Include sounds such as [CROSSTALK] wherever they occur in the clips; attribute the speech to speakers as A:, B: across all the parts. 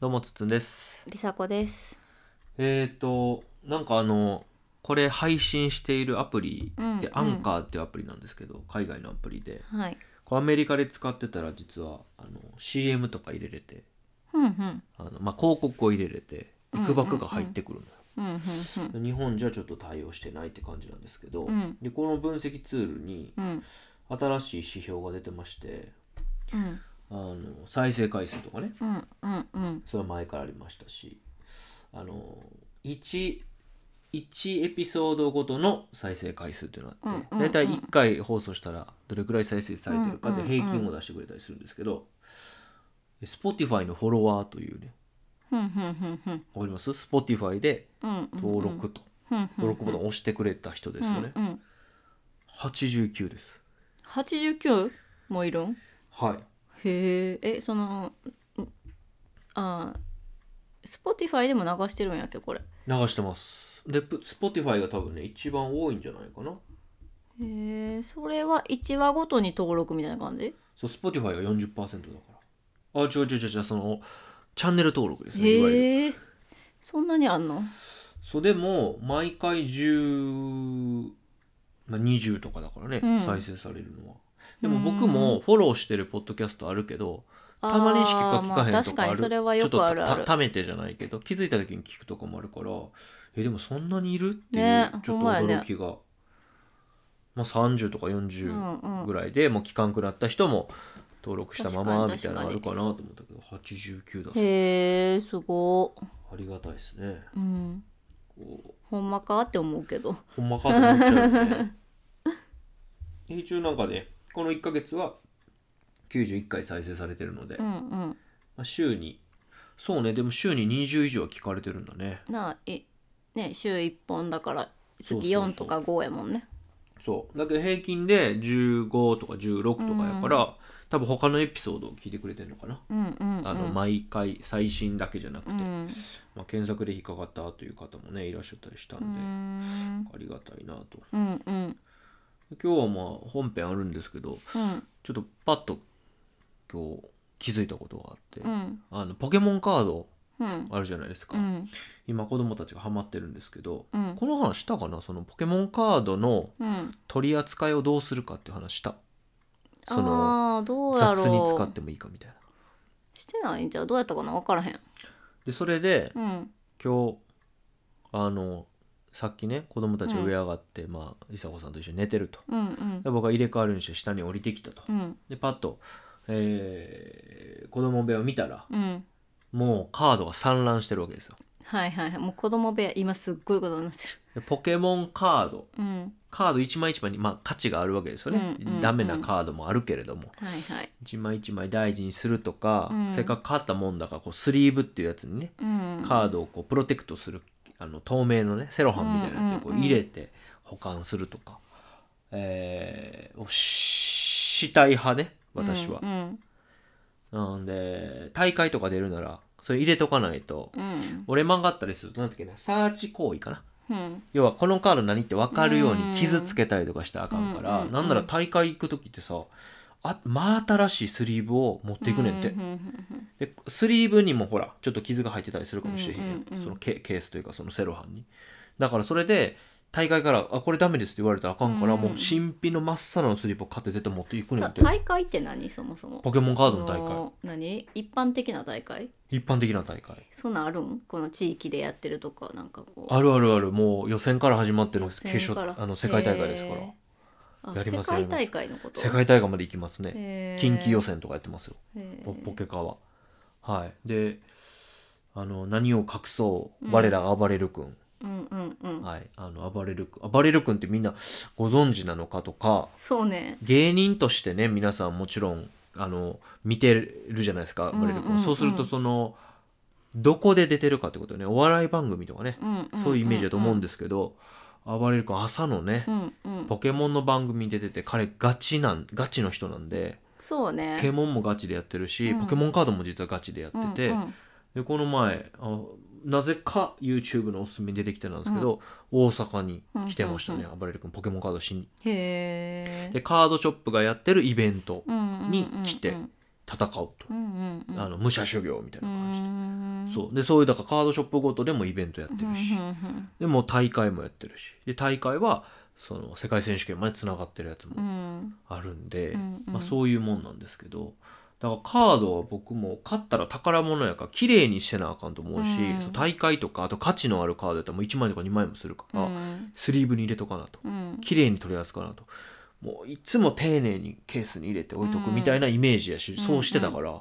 A: どうもつっつんです。
B: りさこです。
A: えっ、ー、となんかあのこれ配信しているアプリ
B: うん
A: で、
B: うん
A: アンカーっていうアプリなんですけど海外のアプリで
B: はい。
A: こうアメリカで使ってたら実はあの CM とか入れれて
B: うんうん。
A: あの、まあ、広告を入れれて
B: うんうん
A: 幾ばくが入ってくるのよ、
B: うんうん
A: 日本じゃちょっと対応してないって感じなんですけど、
B: うん
A: でこの分析ツールに
B: うん。うん
A: 新しい指標が出てまして
B: うん
A: あの再生回数とかね
B: うんうんうん
A: それは前からありましたしあの 1, 1エピソードごとの再生回数っていうのがあって、
B: うんうんう
A: 大
B: ん
A: 体1回放送したらどれくらい再生されてるかで
B: うんうんうん
A: 平均を出してくれたりするんですけど、Spotify のフォロワーというね
B: うんうんうん
A: わかります ?Spotify で
B: うん
A: 登録と、
B: うん
A: 登録ボタンを押してくれた人ですよね、
B: うんうん。
A: 89です
B: 八十九もいるん？
A: はい
B: へえ。えそのんあスポティファイでも流してるんやっけこれ。
A: 流してますでぷ Spotify が多分ね一番多いんじゃないかな
B: へえ。それは一話ごとに登録みたいな感じ？
A: そう、Spotify は40%だから。あ、違う違う違う違う、その、チャンネル登録ですね、いわゆる。
B: へえ。そんなにあんの？
A: そう、でも、毎回10、まあ、20とかだからね、
B: うん
A: 再生されるのは。でも僕もフォローしてるポッドキャストあるけど、
B: あー
A: たまにしか聞かへん
B: まあ
A: と
B: 確
A: かあ
B: か
A: る。
B: にそれはよ
A: ちょっ
B: く
A: と
B: あるある
A: た。ためてじゃないけど、気づいた時に聞くとかもあるから、え、でもそんなにいるっていう、
B: ね
A: ちょっ
B: ほ
A: と
B: んまやね
A: 驚きが。まあ30とか
B: う
A: 40。
B: んうん
A: ぐ。らいでもう期間くなった人も登録したままみ
B: 確
A: たい
B: かに
A: なのあるかなと思ったけど89だそう
B: へえすごっ。
A: ありがたいですね
B: うん。
A: こう
B: ほんまかって思うけど。
A: ほんまかと思っちゃうよ
B: [LAUGHS]
A: ねで一応なんかねこの1ヶ月は91回再生されてるので、
B: う
A: ま
B: んうん。
A: あ、週にそうねでも週に20以上は聞かれてるんだね
B: なあ、い、ね、週一本だから、
A: そうそう
B: 月四とか五やもんね。
A: そうだけど平均で15とか16とかやから、多分他のエピソードを聞いてくれてるのかな、
B: うんうんうん。
A: あの毎回最新だけじゃなく
B: う
A: て、
B: ん。
A: まあ、検索で引っかかったという方もねいらっしゃったりしたん
B: う
A: で、
B: ん。
A: ありがたいなと
B: うんうん。
A: 今日はまあ本編あるんですけど
B: うん
A: ちょっとパッと今日気づいたことがあって、
B: うん。
A: あのポケモンカード
B: うん。
A: あるじゃないですか、
B: うん。
A: 今子供たちがハマってるんですけど
B: うん。
A: この話したかなそのポケモンカードの
B: うん。
A: 取り扱いをどうするかっていう話したその
B: ああー、どうやろう。
A: 雑に使ってもいいかみたいな
B: してないんじゃう、どうやったかな、わからへん。
A: でそれで
B: うん。
A: 今日あのさっきね子供たちが上上がって、まあ梨紗子さんと一緒に寝てると
B: うんうん
A: で。僕は入れ替わるようにして下に降りてきたと、
B: うん。
A: でパッと、えー子供部屋を見たら
B: うん。
A: もうカードが散乱してるわけですよ
B: はいはいはい、もう子供部屋、今すっごいことになって
A: で
B: る。
A: ポケモンカード
B: うん。
A: カード一枚一枚に、まあ、価値があるわけですよね、
B: うんうんうん
A: ダメなカードもあるけれども
B: はいはい。
A: 一枚一枚大事にするとか、
B: うん
A: せっかく買ったもんだからこうスリーブっていうやつにね
B: うん。
A: カードをこうプロテクトするあの透明のねセロハンみたいなやつにこう
B: う
A: ん
B: うんうん
A: 入れて保管するとか、えーをししたい派ね私は
B: う、ん。
A: なんで大会とか出るならそれ入れとかないと、
B: うん。
A: 折れ曲がったりするとなんだっけなサーチ行為かな
B: うん。
A: 要はこのカード何って分かるよう
B: う
A: に
B: ん
A: 傷つけたりとかしたらあかんから、
B: うんうんうん
A: なんなら大会行く時ってさあ真新しいスリーブを持っていくねんて、
B: うんうん
A: でスリーブにもほらちょっと傷が入ってたりするかもしれへんやん、
B: うんうんうん
A: そのケケースというかそのセロハンにだからそれで大会から「あこれダメです」って言われたらあかんから、
B: うん
A: もう新品の真っさらのスリーブを買って絶対持っていく
B: うん
A: ね
B: た
A: んて
B: 大会って何そもそも
A: ポケモンカードの大
B: そ
A: 会
B: の何一般的な大会
A: 一般的な大会
B: そんなんあるんこの地域でやってるとかなんかこう
A: あるあるあるもう予選から始まってる決
B: 予選か
A: 勝
B: ら
A: あの世界大会ですから
B: へーあ
A: やります
B: 世
A: やり
B: 界
A: ます
B: 大会のこと
A: 世界大会まで行きますね近畿予
B: 選
A: 選とかやってますよポポ
B: へ
A: ケカははいであの何を隠そう
B: うん
A: 我らが暴れる君、
B: ーうんうんうん
A: はいあの暴れる君暴れる君ってみんなご存知なのかとか
B: そうね
A: 芸人としてね皆さんもちろんあの見てるじゃないですか暴れる君、
B: うんうんうん
A: そうするとそのどこで出てるかってことねお笑い番組とかね、
B: うんん
A: そういうイメージだと思うんですけど、暴れる君朝のね、
B: うんうん
A: ポケモンの番組に出てて彼ガチなんガチの人なんで
B: そうね
A: ポケモンもガチでやってるし、
B: うん
A: ポケモンカードも実はガチでやってて、
B: うんうん
A: でこの前あなぜか YouTube のおすすめに出てきてたんですけど、大阪に来てましたね、
B: うん
A: 暴れる君ポケモンカードしに
B: へえ
A: でカードショップがやってるイベント
B: に
A: に来て戦おうと、
B: うんうんうん
A: あの武者修行みたいな感じで、
B: うん
A: そうでそういうだからカードショップごとでもイベントやって
B: うんう
A: る
B: ん
A: し、でもう大会もやってるしで大会はその世界選手権までつながってるやつも
B: うん
A: あるんで、
B: うんうん
A: まあ、そういうもんなんですけどだからカードは僕も買ったら宝物やから綺麗にしてなあかんと思うし、
B: うん
A: そう大会とかあと価値のあるカードやったらもう1枚とか2枚もするか
B: う
A: ら、
B: ん
A: スリーブに入れとかなと
B: うん
A: 綺麗に取り扱うなともういつも丁寧にケースに入れて置いとくみたいなイメージやし、
B: ん
A: そうしてたから、
B: ん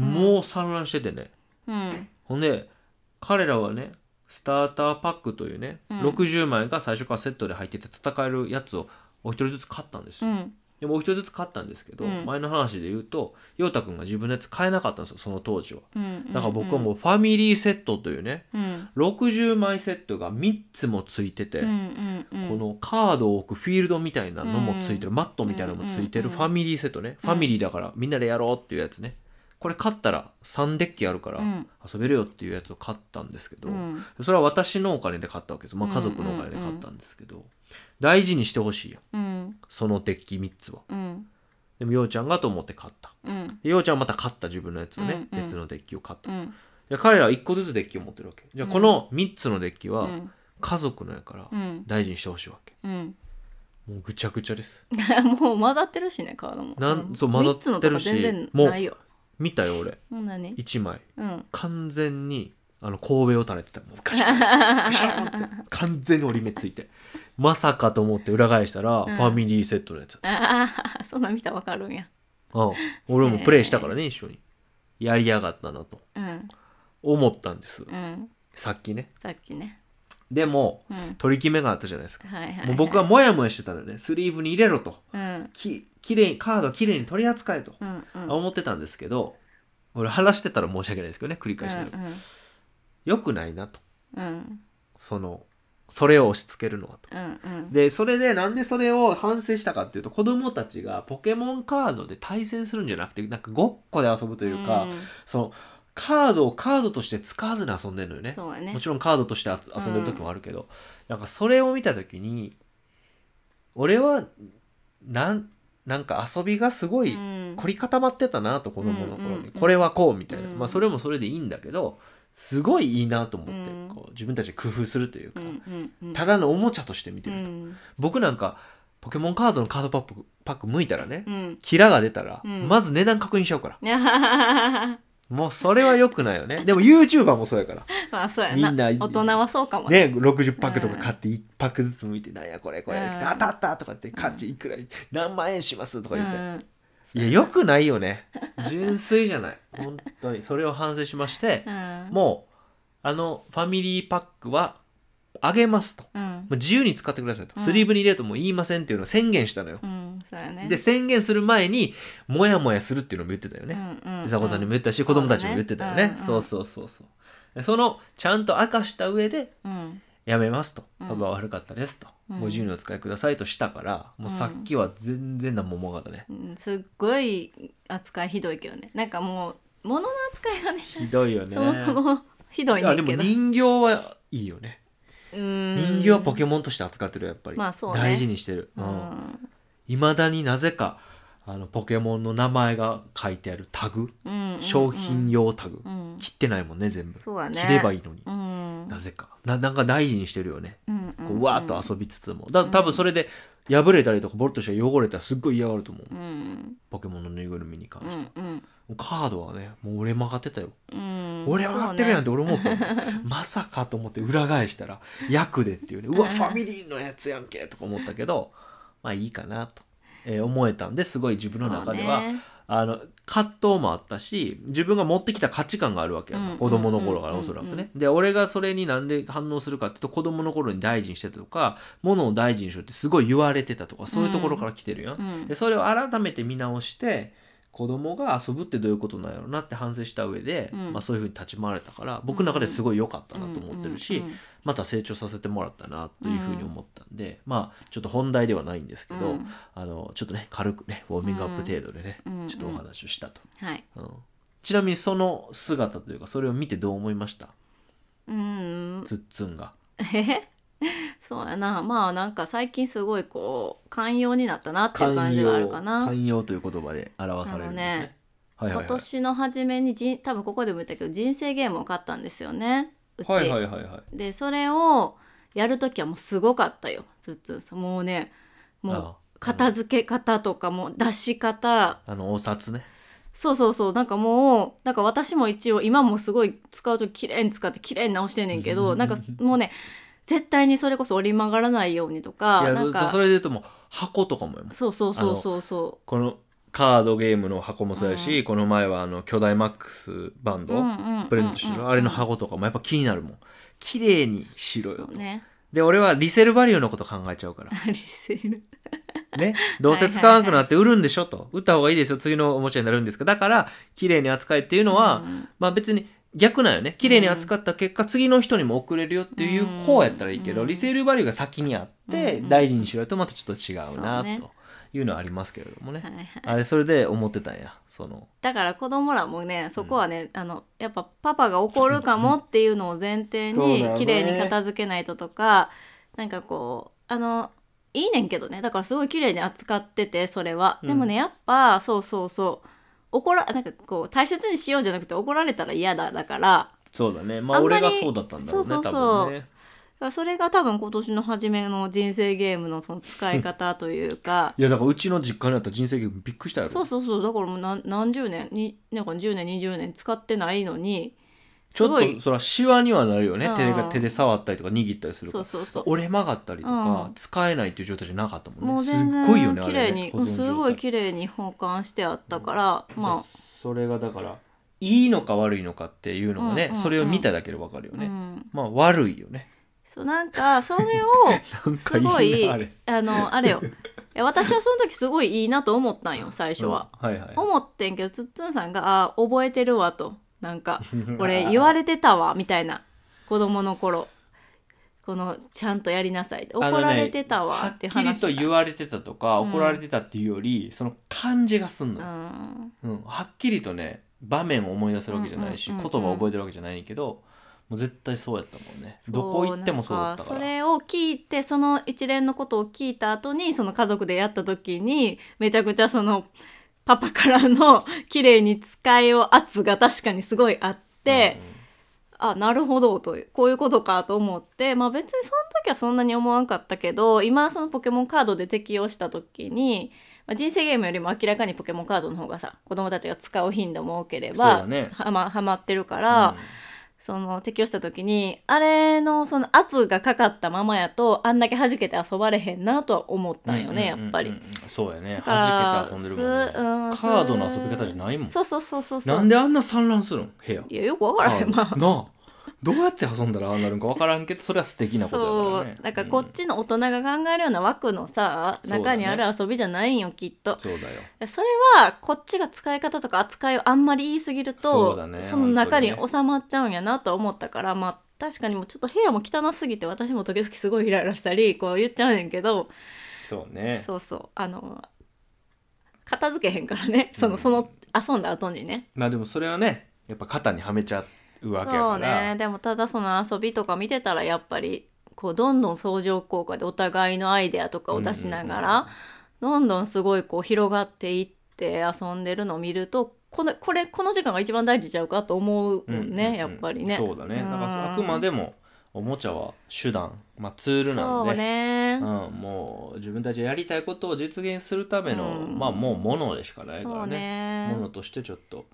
A: もう散乱しててね
B: うん
A: ほんで彼らはねスターターパックというね、
B: うん
A: 60枚が最初からセットで入ってて戦えるやつをお一人ずつ買ったんです
B: う
A: よ、
B: ん
A: でもお一人ずつ買ったんですけど、
B: うん
A: 前の話で言うと陽太くんが自分のやつ買えなかったんですよその当時は
B: うん
A: だから僕はもうファミリーセットというね
B: うん
A: 60枚セットが3つもついてて、
B: うんうんうん
A: このカードを置くフィールドみたいなのもついてる、
B: うん
A: マットみたいなのもついてる
B: うん
A: ファミリーセットね、ファミリーだからみんなでやろうっていうやつねこれ買ったら3デッキあるから
B: うん
A: 遊べるよっていうやつを買ったんですけど、
B: うん
A: それは私のお金で買ったわけです、まあ、家族のお金で買ったんですけど、大事にしてほしいよ
B: うん
A: そのデッキ3つは
B: うん
A: でもようちゃんがと思って買った
B: うん
A: でようちゃんはまた買った自分のやつをね、
B: うんうん
A: 別のデッキを買った
B: う
A: じ
B: ん
A: ゃあ彼らは1個ずつデッキを持ってるわけじゃあこの3つのデッキは
B: うん
A: 家族のやから
B: うん
A: 大事にしてほしいわけ
B: うん
A: もうぐちゃぐちゃです
B: もう混ざってるしねカードも
A: なんそう混ざってるし
B: 三つのとか全然ないよ
A: 見たよ俺
B: もう何
A: 1枚
B: うん
A: 完全にあの神戸を垂れてたもうガシ
B: [LAUGHS]
A: ャンガシャンって完全に折り目ついてまさかと思って裏返したら、
B: ん
A: ファミリーセットのやつ、
B: ああそんなん見たらわかるんや
A: うん、俺もプレイしたからね、一緒にやりやがったなと
B: うん
A: 思ったんです、
B: うん
A: さっきね
B: さっきね
A: でも
B: うん
A: 取り決めがあったじゃないですか、
B: はいはい、はい、
A: もう僕はモヤモヤしてたのよねスリーブに入れろと
B: うん
A: ききれいカードきれいに取り扱えと
B: うんうん
A: 思ってたんですけどこれ話してたら申し訳ないですけどね繰り返してる、よくないなと
B: うんうん
A: そのそれを押し付けるのはと。
B: うんうん
A: でそれでなんでそれを反省したかっていうと子供たちがポケモンカードで対戦するんじゃなくてなんかごっこで遊ぶというか、そのカードをカードとして使わずに遊んでるのよ
B: う
A: ね
B: ん、そうやね
A: もちろんカードとしてあつ遊んでる時もあるけど、なんかそれを見た時に俺はなんなんか遊びがすごい
B: うん
A: 凝り固まってたなと子供の頃
B: うんうん
A: に、
B: うん
A: これはこうみたいな、
B: うん
A: まあそれもそれでいいんだけどすごいいいなと思って、
B: うん
A: こう自分たちで工夫するという
B: う
A: か、
B: んうんうん
A: ただのおもちゃとして見て
B: う
A: ると、
B: ん
A: 僕なんかポケモンカードのカードパックパック剥いたらね、
B: うん
A: キラが出たら、
B: うん
A: まず値段確認しちゃうから
B: いやはははは
A: もうそれは良くないよねでも YouTuber もそうやから
B: まあそうや
A: み
B: なん
A: な
B: 大人はそうかも
A: ね60パックとか買って1パックずつ剥いて「なんやこれこれ」
B: うん
A: 当たった!」とかって「価値いくら何万円します」とか
B: う
A: 言って、
B: ん
A: いや良くないよ
B: [LAUGHS]
A: ね純粋じゃない本当にそれを反省しまして
B: う、ん
A: もうあのファミリーパックはあげますとも
B: うん
A: う自由に使ってくださいと、
B: うん
A: スリーブに入れるともう言いませんっていうのを宣言したのよ
B: うんそうやね
A: で宣言する前にモヤモヤするっていうのも言ってたよ
B: う
A: ね
B: んうんう
A: 伊佐子さんにも言ったし、
B: うん
A: 子供たちにも言ってたよね
B: そ
A: そう
B: だねうんう
A: うんそうそうそうそのちゃんと明かした上で
B: うん
A: やめますと
B: うん
A: パパは悪かったですと、
B: うん
A: ご自由にお使いくださいとしたからもうさっきは全然何も思わなかった
B: [LAUGHS]
A: ね、
B: うんすっごい扱いひどいけどねなんかもう物の扱いがね
A: ひどいよね
B: そもそもひどい
A: じゃあで
B: ねん
A: も
B: けど
A: 人形はいいよね、人
B: 人
A: 形はポケモンとして扱ってるやっぱり、
B: まあそうね
A: 大事にしてる
B: うん
A: いま、未だになぜかあのポケモンの名前が書いてあるタグ
B: うんうん
A: 商品用タグ、
B: うん
A: 切ってないもんね全部
B: そうやね
A: 切ればいいのに、
B: うん
A: なぜかななんか大事にしてるよね
B: うん
A: こうわーっと遊びつつもだ多分それで破れたりとかボロッとして汚れたらすっごい嫌がると思う
B: うん
A: ポケモンのぬいぐるみに関し
B: う
A: て、
B: んうん
A: カードはねもう俺曲がってたよ、
B: うん
A: 俺曲がってるやんって
B: そうね [LAUGHS]
A: 俺思ったもん、 [LAUGHS] まさかと思って裏返したら役でっていうねうわ
B: うん
A: ファミリーのやつやんけとか思ったけどまあいいかなと、えー思えたんですごい自分の中では、
B: そうね
A: あの葛藤もあったし自分が持ってきた価値観があるわけやんか、
B: うん
A: 子供の頃から
B: うん
A: おそらくね、
B: うん
A: で俺がそれになんで反応するかっていうと子供の頃に大事にしてたとか物を大事にしろってすごい言われてたとかそういうところから来てるやん、
B: うん
A: でそれを改めて見直して子供が遊ぶってどういうことなんやろうなって反省した上で、
B: うん
A: まあ、そういうふうに立ち回れたから僕の中ですごい良かったなと思ってるし、
B: うんうん
A: また成長させてもらったなというふうに思ったんで、まあちょっと本題ではないんですけど、
B: うん
A: あのちょっとね軽くねウォーミングアップ程度でね、
B: うんうん
A: ちょっとお話をしたと、
B: はい
A: うんちなみにその姿というかそれを見てどう思いました
B: うん
A: つっつんが
B: そうやなまあなんか最近すごいこう寛容になったなっていう感じはあるかな
A: 寛容という言葉で表されるんですね
B: あのね
A: はいは
B: 今
A: いはい
B: 年の初めにじん多分ここでも言ったけど人生ゲームを買ったんですよねうち、
A: はいはいはいはい
B: でそれをやる時はもうすごかったよずっとさもうねも
A: あ
B: う片付け方とかもう出し方
A: あのお札ね
B: そうそうそうなんかもうなんか私も一応今もすごい使う時きれいに使ってきれいに直してんねんけどなんかもうね絶対にそれこそ折り曲がらないようにと
A: い
B: か
A: や
B: なんか
A: それで言うともう箱とかもよ
B: そうそうそうそうそ
A: このカードゲームの箱もそうやし、この前はあの巨大マックスバン
B: う
A: ド、
B: うんうんうんうん
A: プレゼントしてる、あれの箱とかもやっぱ気になるもん綺麗にしろよ
B: そ
A: と、
B: うね
A: で俺はリセールバリューのこと考えちゃう
B: [LAUGHS]
A: から
B: リセール
A: ね、どうせ使わなくなって売るんでしょと売った方がいいですよ次のおもちゃになるんですかだから綺麗に扱えっていうのは、
B: うん
A: まあ別に逆なんよね綺麗に扱った結果、次の人にも送れるよっていう
B: うん
A: こうやったらいいけど、
B: うん
A: リセールバリューが先にあって
B: うん
A: 大事にしろとまたちょっと違う
B: そ
A: な
B: うね
A: というのはありますけれどもね、
B: はいはい
A: あれそれで思ってたんやその
B: だから子供らもねそこはね、あのやっぱパパが怒るかもっていうのを前提
A: そうだよ
B: に
A: ね
B: 綺麗に片付けないととか、なんかこうあのいいねんけどねだからすごい綺麗に扱っててそれは
A: うん
B: でもね、やっぱそうそうそう怒らなんかこう大切にしようじゃなくて怒られたら嫌だだから
A: そうだねまあ
B: あんま
A: 俺
B: り
A: がそうだったんだろうね
B: そうそうそう
A: 多分ね
B: だからそれが多分今年の初めの人生ゲームのその使い方というか
A: いやだからうちの実家にあった人生ゲームびっくりしたやろ
B: そうそうそうだからもう何何十年になんか10年20年使ってないのに
A: ちょ
B: すご
A: っと
B: い
A: そらシワにはなるよね手
B: う
A: で
B: ん
A: 手で触ったりとか握ったりするか
B: そ
A: ら
B: うそうそう
A: 折れ曲がったりとか、
B: うん
A: 使えないっていう状態じゃなかったもんね
B: もう
A: す
B: 全
A: っごいよ
B: 然
A: ねあ
B: 綺
A: れ
B: 麗
A: ね
B: に、
A: 保存状態
B: すごい綺麗に保管してあったから、まあ、
A: それがだからいいのか悪いのかっていうのがね、
B: うんうんうん
A: それを見ただけでわかるよね、
B: うん、
A: まあ悪いよね
B: そうなんかそれ
A: [LAUGHS]
B: を
A: なんか
B: す
A: いいな
B: ごい
A: あれ
B: あのあれよいや私はその時すごいいいなと思ったんよ最初は、、
A: うんはいはい
B: 思ってんけどつっつんさんが「あ覚えてるわ」となん
A: [LAUGHS]
B: か「俺言
A: れ
B: われてたわ」みたいな子供の頃このちゃんとやりなさいって怒られてたわっていう話
A: はっきりと言われてたとか
B: うん
A: 怒られてたっていうより、その感じがすん
B: う
A: の、
B: ん
A: うんはっきりとね場面を思い出せるわけじゃないし、
B: うんうんうんうん
A: 言葉を覚えてるわけじゃないけどもう絶対そうやったもんね
B: そう
A: どこ行ってもそうだった
B: な
A: か
B: ん
A: ら
B: それを聞いてその一連のことを聞いた後にその家族でやった時にめちゃくちゃそのパパからの綺麗に使いを圧が確かにすごいあって、
A: うんうん
B: あなるほどというこういうことかと思ってまあ別にその時はそんなに思わんかったけど今そのポケモンカードで適用した時に、まあ、人生ゲームよりも明らかにポケモンカードの方がさ子供たちが使う頻度も多けれ
A: そ
B: ば、
A: うだね
B: はまはまってるから。その適用した時にあれのその圧がかかったままやとあんだけ弾けて遊ばれへんなとは思ったんよね、
A: うんうんうんうん
B: やっぱり。
A: そうやね
B: だから
A: 弾けて遊んでるもんね
B: すうん
A: カードの遊び方じゃないもん
B: そうそうそうそうそう
A: なんであんな散乱するの部屋
B: いやよくわからへん
A: カ
B: ま
A: ー
B: あ
A: ドなあどうやって遊んだらああなるんか分からんけどそれは素敵なことだ
B: そ
A: からね
B: うなんかこっちの大人が考えるような枠のさ、
A: そうだね
B: 中にある遊びじゃないんよきっと
A: うんそうだよ
B: それはこっちが使い方とか扱いをあんまり言いすぎる
A: そう
B: と
A: だね
B: の中に
A: 本当に
B: 収まっちゃうんやなと思ったからまあ確かにもうちょっと部屋も汚すぎて私も時々すごいイライラしたりこう言っちゃうねんけど、
A: そうね
B: そうそうあの片付けへんからねその、
A: うん
B: その遊んだ後にね
A: まあでもそれはねやっぱ肩にはめちゃうわけや
B: そ
A: か
B: う
A: ら
B: ねでもただその遊びとか見てたらやっぱりこうどんどん相乗効果でお互いのアイデアとかを出しながら、どんどんすごいこう広がっていって遊んでるのを見るとこのこれこの時間が一番大事ちゃうかと思う
A: うん
B: も
A: うんん
B: ね、やっぱりね
A: そうだねだからあくま
B: も
A: でもおもちゃは手段まあツールな
B: そ
A: ん
B: う
A: で
B: ね、
A: うん、もう自分たちがやりたいことを実現するための、
B: うん
A: まあもうものでしかないか
B: そ
A: ら
B: う
A: ね
B: ね
A: ものとしてちょっと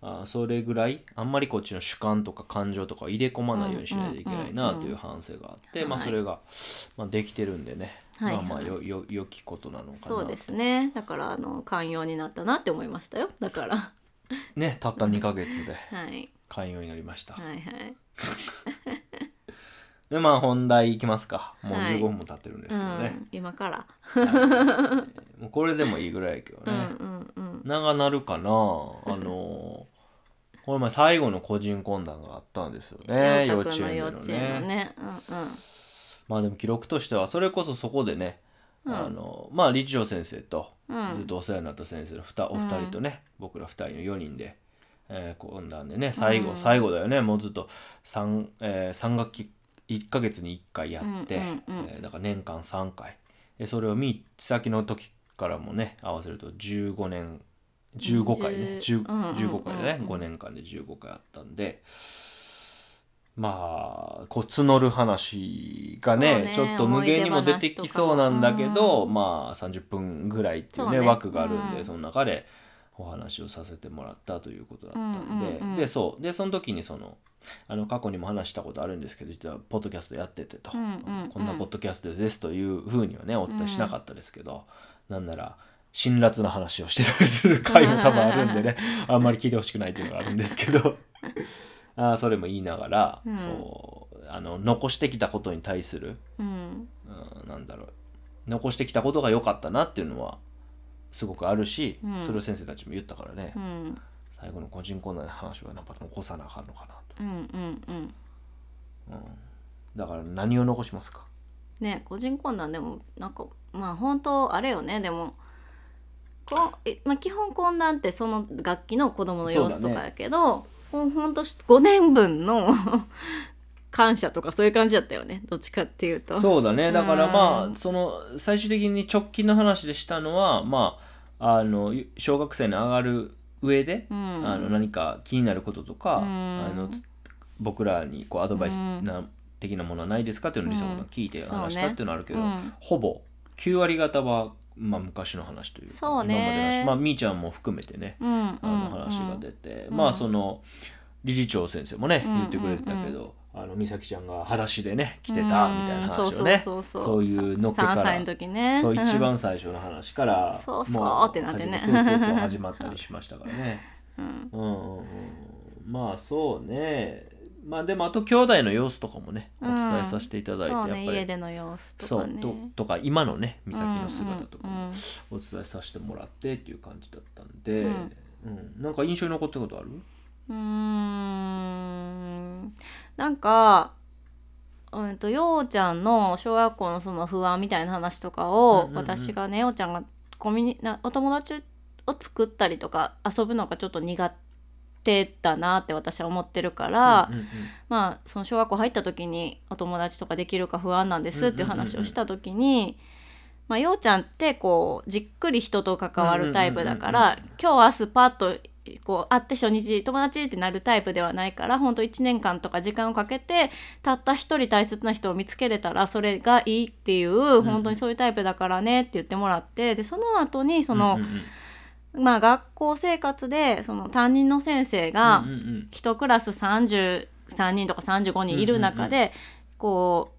A: あーそれぐらいあんまりこっちの主観とか感情とかを入れ込まないようにしないといけないなという反省があって、
B: うんうん
A: まあ、
B: はい
A: それが、まあ、できてるんでね、
B: はい
A: まあまあよよ良きことなのかな
B: そうですねだからあの寛容になったなって思いましたよだからは
A: ねたった2ヶ月で
B: い
A: 寛容になりました、
B: はいはい
A: でまあ本題いきますかもう
B: はい
A: 15分も経ってるんですけどね、
B: うん、今から、
A: もうこれでもいいぐらいやけど
B: うん
A: ね、
B: うんうん
A: 長なるかなあの
B: [LAUGHS]
A: ーこの前最後の個人懇談があったんですよね幼
B: 陽
A: 稚
B: 太くんの
A: 園で
B: 幼
A: の
B: 稚園
A: ね
B: のねうん
A: まあでも記録としてはそれこそそこでね、
B: うん
A: あのまあ理事長先生と
B: うん
A: ずっとお世話になった先生のふたお二人とね、僕ら二人の4人で、えー、懇談でね最後、
B: うん
A: 最後だよねもうずっと 3,、えー、3学期1ヶ月に1回やって、
B: うんうんうん
A: えーだから年間3回でそれを三先の時からもね合わせると15年15回ね
B: 10
A: 10
B: うんうんうん
A: 15回ね5年間で15回あったんでまあこう募る話がね
B: そうね
A: ちょっと無限にも出てきそうなんだけど、
B: 思い出話とかもうん
A: まあ30分ぐらいっていうね
B: そうね
A: 枠があるんで、
B: うん
A: その中でお話をさせてもらったということだったんで、
B: うんうんうん
A: でそうでその時にそのあの過去にも話したことあるんですけど実はポッドキャストやっててと、
B: うんうんうん
A: こんなポッドキャストですというふうにはねお伝えしなかったですけど、なんなら辛辣な話をしてたりする回も多分あるんで
B: [LAUGHS]
A: ねあんまり聞いてほしくないというのがあるんですけどあーそれも言いながら、
B: うん
A: そうあの残してきたことに対する、
B: うん
A: うん、なんだろう残してきたことが良かったなっていうのはすごくあるし、
B: うん
A: それを先生たちも言ったからね、
B: うん
A: 最後の個人コーナーの話はやっぱ残さなあかんのかなと、
B: うんうんうん
A: うん、だから何を残しますか
B: ね個人懇談でもなんかまあ本当あれよねでもこうえまあ、基本懇談ってその楽器の子供の様子とかやけど、ほんほんと5年分の [LAUGHS] 感謝とかそういう感じだったよねどっちかっていうと。
A: そうだねだから
B: う
A: ま
B: ん
A: あその最終的に直近の話でしたのはまああの小学生に上がる上で、
B: うん
A: あの何か気になることとか、
B: うん
A: あのつ僕らにこうアドバイス
B: うん
A: な、的なものはないですかっていうのを理想が聞いて
B: うん
A: 話し
B: そう
A: た
B: ね
A: っていうのはあるけど、
B: うん
A: ほぼ9割方は、まあ、昔の話というか
B: そうね
A: 今までの話、まあ、みーちゃんも含めてね、
B: うんうん
A: あの話が出て、まあその理事長先生もね
B: うん
A: 言ってくれてたけど、あの美咲ちゃんが裸足でね来てたみたいな話をね、
B: そうそうそう
A: そういうのっけか
B: 3歳
A: ら
B: の時ね
A: そう一
B: ん
A: 番最初の話から
B: そうそう
A: も
B: ってなってね
A: 始まそうそうそう始まったりしましたからね。
B: [LAUGHS]
A: うん
B: うん
A: うんうん、まあそうねまあでもあと兄弟の様子とかもねお
B: うん
A: 伝えさせていただいて、
B: そ
A: やっ
B: うね
A: ぱり
B: 家での様子と
A: そ
B: か
A: う
B: ね
A: ととか今のね美咲の姿とか
B: う
A: も
B: んうんうん
A: お伝えさせてもらってっていう感じだったんで、
B: う
A: うんんなんか印象に残ったことある
B: うーんなんか、うん、とようちゃんの小学校のその不安みたいな話とか
A: うん
B: を、
A: うんうん
B: 私がねようちゃんがコミュニなお友達を作ったりとか遊ぶのがちょっと苦手だなって私は思ってるから、
A: うんうんうん
B: まあその小学校入った時にお友達とかできるか不安なんですっていう話をした時に、まあ、ようちゃんってこうじっくり人と関わるタイプだから、
A: うんうんうん
B: 今日明日パッとこう会って初日友達ってなるタイプではないから本当1年間とか時間をかけてたった一人大切な人を見つけれたらそれがいいっていう本当にそういうタイプだからねって言ってもらってでその後にその
A: うん、うんうん
B: まあ、学校生活でその担任の先生が、
A: うんうんうん
B: 1クラス33人とか35人いる中で、こ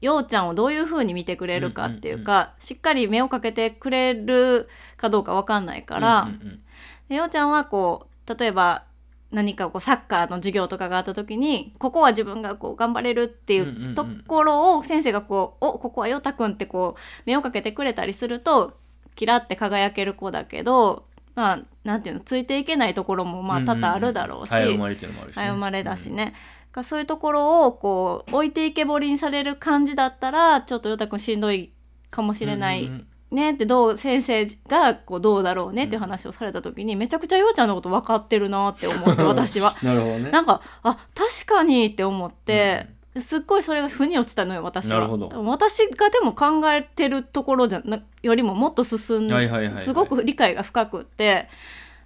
B: うようちゃんをどういうふうに見てくれるかっていうか、しっかり目をかけてくれるかどうかわかんないから、
A: うんうんうん
B: でようちゃんはこう例えば何かこうサッカーの授業とかがあった時にここは自分がこう頑張れるってい
A: んうんう
B: うんうところを先生がこう「おここはよたくん」ってこう目をかけてくれたりするとキラって輝ける子だけどまあなんていうのついていけないところもまあ多々あるだろうし。
A: 早生まれっていうのもあるしね、
B: 早生まれだしね、がそういうところをこう置いていけぼりにされる感じだったらちょっとヨタくんしんどいかもしれな
A: うん
B: い
A: うん
B: ねってどう先生がこうどうだろうねっていう話をされた時にめちゃくちゃようちゃんのこと分かってるなって思って私は。
A: [LAUGHS] うんなるほどね
B: なんかあ確かにって思って、すっごいそれが腑に落ちたのよ私は
A: なるほど
B: 私がでも考えてるところじゃなよりももっと進ん
A: はいはいはいはい
B: すごく理解が深くって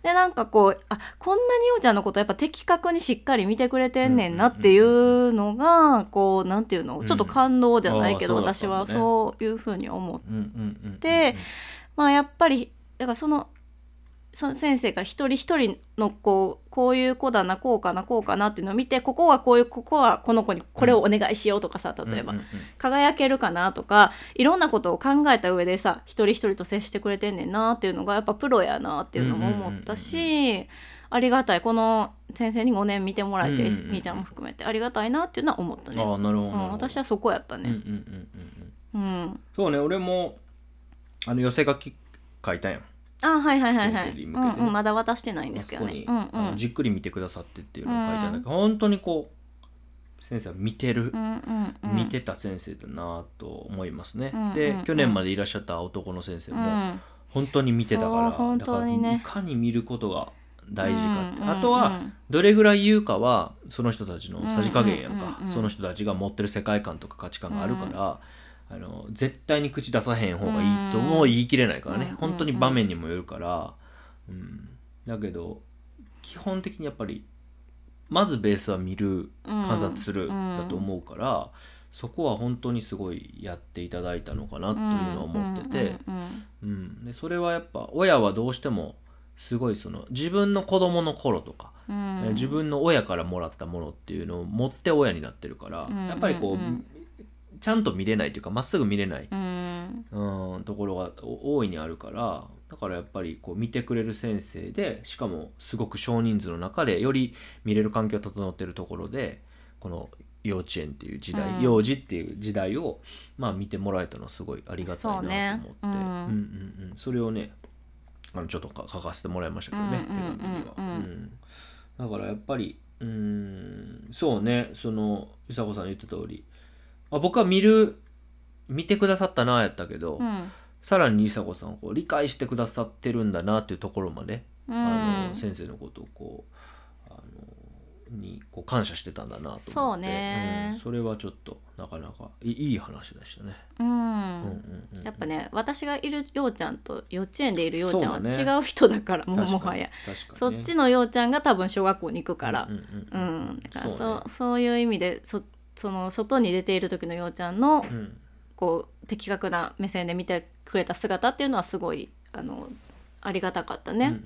B: でなんかこうあこんなにようちゃんのことやっぱ的確にしっかり見てくれてんねんなっていうのがこうなんていうのちょっと感動じゃないけど、
A: うんああ
B: 私
A: そうだ
B: は
A: ったんだね
B: そういうふうに思って
A: うんうんうんうん
B: でまあやっぱりだからそのその先生が一人一人のこうこういう子だなこうかなこうかなっていうのを見てここはこういうここはこの子にこれをお願いしようとかさ例えば、
A: うんうんうん
B: 輝けるかなとかいろんなことを考えた上でさ一人一人と接してくれてんねんなっていうのがやっぱプロやなっていうのも思ったし、
A: うん
B: ありがたいこの先生に5年見てもらえて、
A: うんうんうん
B: みーちゃんも含めてありがたいなっていうのは思ったね、
A: ああなるほどなる
B: う
A: ほど、
B: ん、私はそこやった
A: うんうん
B: ね。
A: うんうんうん
B: うん、
A: そうね俺もあの寄せ書き書いたんよ
B: あはいはいはいは
A: 先生に
B: い、う
A: 向けてね
B: んうん、まだ渡してないんですけどね。
A: あそこに、
B: うんうん
A: あのじっくり見てくださってっていうのを書いてあるんだけど、本当にこう先生は見てる、
B: うんうんうん
A: 見てた先生だなと思いますね、
B: うん
A: で、
B: うん
A: 去年までいらっしゃった男の先生
B: う
A: も
B: ん
A: 本当に見てたから,、
B: そう本当にね
A: だからいかに見ることが大事かって、
B: うんうんうん
A: あとはどれぐらい言うかはその人たちのさじ加減やん
B: うんうん
A: か、
B: うんうん
A: その人たちが持ってる世界観とか価値観があるから、あの絶対に口出さへん方がいいとも言い切れないからね、
B: うん
A: 本当に場面にもよるから、うん、だけど基本的にやっぱりまずベースは見る
B: うん
A: 観察する
B: うん
A: だと思うから、そこは本当にすごいやっていただいたのかなというのは思ってて、
B: うんうんうん
A: うん、でそれはやっぱ親はどうしてもすごいその自分の子供の頃とか、
B: うん
A: え自分の親からもらったものっていうのを持って親になってるから、
B: うん
A: やっぱりこう、
B: うん
A: ちゃんと見れないというかまっすぐ見れない、
B: うん
A: うん、ところがお大いにあるからだからやっぱりこう見てくれる先生でしかもすごく少人数の中でより見れる環境が整ってるところでこの幼稚園っていう時代、
B: うん
A: 幼児っていう時代を、まあ、見てもらえたのはすごいありがたい
B: そう
A: な
B: ね
A: と思ってう
B: うん
A: んうんうんそれをねあのちょっとか書かせてもらいましたけどね、
B: うんうんうんうん
A: 手紙には、うんだからやっぱりうんそうねそのうさこさんの言ってた通りあ僕は見る見てくださったなやったけど、
B: うん
A: さらに梨紗子さんをこう理解してくださってるんだなっていうところまで、あの先生のことをこうあのにこう感謝してたんだなと思って
B: そうね
A: うんそれはちょっとなかなかいいい話でしたね。
B: うん
A: うんうんうん
B: やっぱね私がいるようちゃんと幼稚園でいるようちゃんは
A: そうだ
B: 違
A: ね
B: う人だからもう
A: 確か
B: も
A: に
B: はや
A: 確か
B: そ
A: に
B: っ
A: ね
B: ちのようちゃんが多分小学校に行くから
A: うんうん
B: う
A: うん
B: ん、だか
A: そ
B: ら
A: う
B: そ
A: ね
B: うそういう意味でそその外に出ている時のようちゃんの
A: うん
B: こう的確な目線で見てくれた姿っていうのはすごいあのありがたかった
A: うんう
B: ね。
A: ん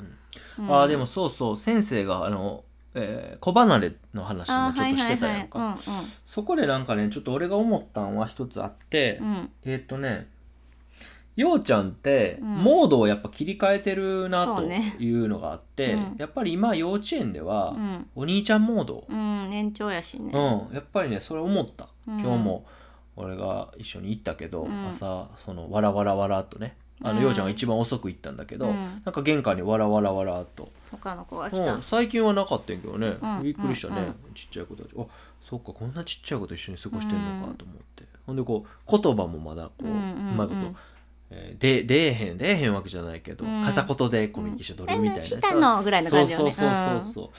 B: うん
A: あーでもそうそう先生があの、えー子離れの話も
B: あー
A: ちょっとしてたやんか、
B: はいはいはい
A: そこでなんかねちょっと俺が思ったんは一つあって、
B: うんうん
A: えーっとねようちゃんって
B: うん
A: モードをやっぱ切り替えてるな
B: そ
A: と
B: うね
A: いうのがあって、
B: うん
A: やっぱり今幼稚園では
B: う、ん
A: お兄ちゃんモード、
B: うん、年長やしね。
A: うん、やっぱりねそれ思った、
B: うん
A: 今日も俺が一緒に行ったけど、
B: うん
A: 朝そのわらわらわらっとねあの、
B: うん
A: ようちゃんが一番遅く行ったんだけど、
B: うん
A: なんか玄関にわらわらわらっと、
B: 他の子が来た。
A: うん、最近はなかったんやけどね、
B: うん
A: びっくりしたね、
B: うんうん
A: ちっちゃい子たちあそっかこんなちっちゃい子と一緒に過ごしてんのかと思って、ほんでこう言葉もまだこう、
B: うんうんう
A: う
B: ん
A: まいことえーで出えへん出えへんわけじゃないけど、
B: うん
A: 片言でコミュニケーション取るみたいな、
B: うんえしたのぐらいの感じよ
A: そう
B: ね。
A: そうそうそうそう、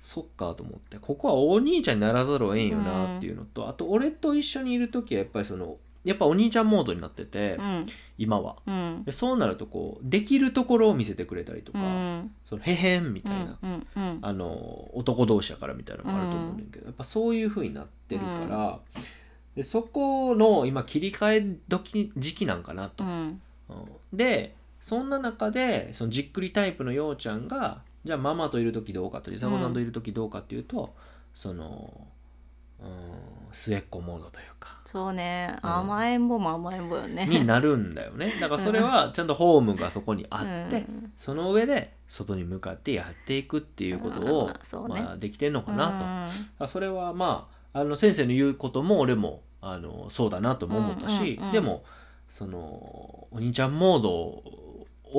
A: そっかと思ってここはお兄ちゃんにならざるをえんよなっていうのと、あと俺と一緒にいる時はやっぱりそのやっぱお兄ちゃんモードになってて、
B: うん
A: 今は
B: うんうん
A: でそうなるとこうできるところを見せてくれたりと
B: う
A: か、
B: ん
A: そのへへんみ
B: う
A: たいな、
B: んうん
A: あの男同士やからみたいなのもあると思うねんだけど、やっぱそういう風になってるから、でそこの今切り替え時時期なんかなと
B: う。ん
A: うんでそんな中でそのじっくりタイプのようちゃんがじゃあママといる時どうかとりさこさんといる時どうかっていうと、そのうん末っ子モードという
B: [LAUGHS]
A: か
B: そうね、
A: うん
B: 甘えん坊も甘えん坊よね。
A: になるんだよねだからそれはちゃんとホームがそこにあって、
B: うん
A: その上で外に向かってやっていくっていうことを
B: あーそうね
A: まあ、できてんのかなと、だか
B: うん
A: らそれはまああの先生の言うことも俺もあのそうだなとも思ったし、
B: うんうんうん
A: でもそのお兄ちゃんモード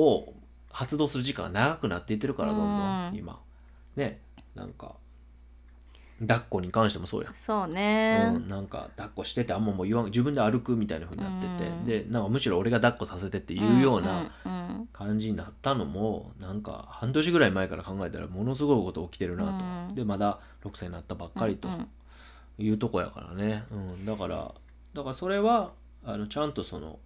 A: を発動する時間が長くなっていってるからどんどん
B: うん
A: 今ねなんか抱っこに関してもそうやん
B: そうね、
A: うん、なんか抱っこしててあんまもう言わん自分で歩くみたいな風になってて、
B: うん
A: でなんかむしろ俺が抱っこさせてっていうような、
B: んうん
A: 感じになったのもなんか半年ぐらい前から考えたらものすごいこと起きてるなと、
B: うん
A: でまだ6歳になったばっかりと
B: うん
A: いうとこやからね、うん、だからだからそれはあのちゃんとその、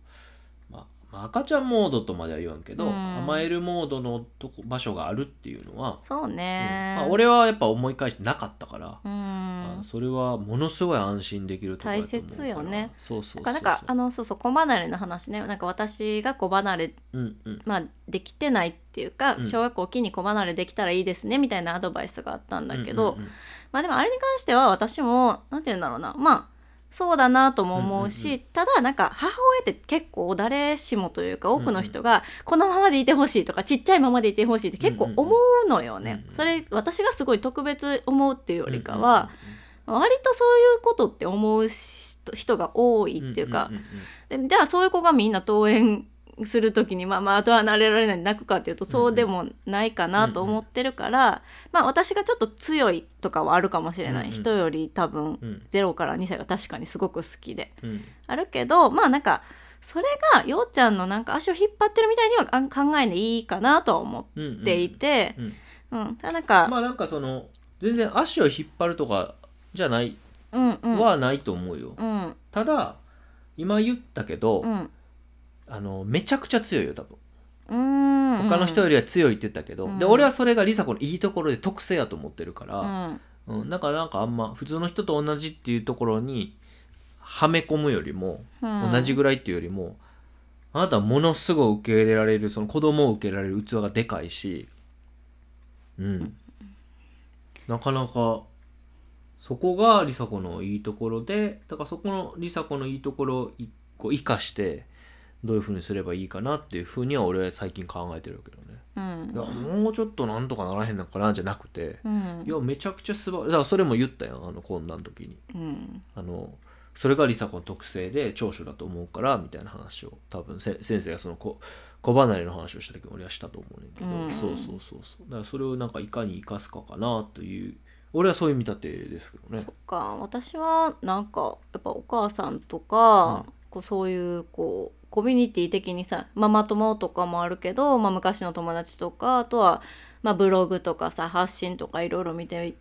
A: まあ、まあ赤ちゃんモードとまでは言わんけど、
B: うん
A: 甘えるモードのとこ場所があるっていうのは、
B: そう
A: うん
B: ね、
A: まあ、俺はやっぱ思い返してなかったから、
B: う
A: あ
B: ん
A: それはものすごい安心できるとこやと思うから
B: 大切よね
A: そうそうそう
B: なんかあ
A: の、
B: のそうそう子離れの話ねなんか私が子離れ、
A: うんうん、
B: まあ、できてないっていうか、
A: うん
B: 小学校を機に子離れできたらいいですねみたいなアドバイスがあったんだけど、
A: うんうんうん
B: まあでもあれに関しては私もなんて言うんだろうなまあそうだなとも思うし、
A: うんう
B: ただなんか母親って結構誰しもというか多くの人がこのままでいてほしいとかちっちゃいままでいてほしいって結構思うのよ
A: うん
B: ね
A: うんう。ん
B: それ私がすごい特別思うっていうよりかは割とそういうことって思う人人が多いっていうか
A: んんんん
B: でじゃあそういう子がみんな登園する時にまあまあ後は慣れられないで泣くかっていうとそうでもないかなと思ってるから、まあ私がちょっと強いとかはあるかもしれな
A: う
B: い、
A: んうん
B: 人より多分
A: うん
B: 0から2歳が確かにすごく好きで
A: うん
B: あるけどまあなんかそれがようちゃんのなんか足を引っ張ってるみたいにはあん考えんでいいかなとは思
A: うんうん
B: っていて、
A: うん
B: うんただなんか、
A: まあなんかその全然足を引っ張るとかじゃない、
B: うんうん
A: はないと思うよ
B: うん
A: ただ今言ったけど、
B: うん
A: あのめちゃくちゃ強いよ多分
B: うん
A: 他の人よりは強いって言ったけど、
B: うん
A: で俺はそれが梨紗子のいいところで特性やと思ってるから、
B: は
A: うんだからなんかあんま普通の人と同じっていうところにはめ込むよりも、同じぐらいっていうよりもあなたはものすごい受け入れられるその子供を受け入れられる器がでかいしうんなかなかそこが梨紗子のいいところでだからそこの梨紗子のいいところを一個生かしてどういうふうにすればいいかなっていうふうには俺は最近考えてるけどね
B: うん
A: いやもうちょっとなんとかならへんのかなじゃなくて
B: うん
A: いやめちゃくちゃ素晴らしいだからそれも言ったよあのこんなん時に
B: うん
A: あのそれが梨紗子の特性で長所だと思うからみたいな話を多分せ先生がその子子離れの話をした時に俺はしたと思うねんけど、
B: うん
A: そうそうそうそうだからそれをなんかいかに生かすかかなという俺はそういう見立てですけどね
B: そっか私はなんかやっぱお母さんとか、
A: う
B: こうそういうこうコミュニティ的にさママ友とかもあるけど、まあ、昔の友達とかあとは、まあ、ブログとかさ発信とかいろいろ見て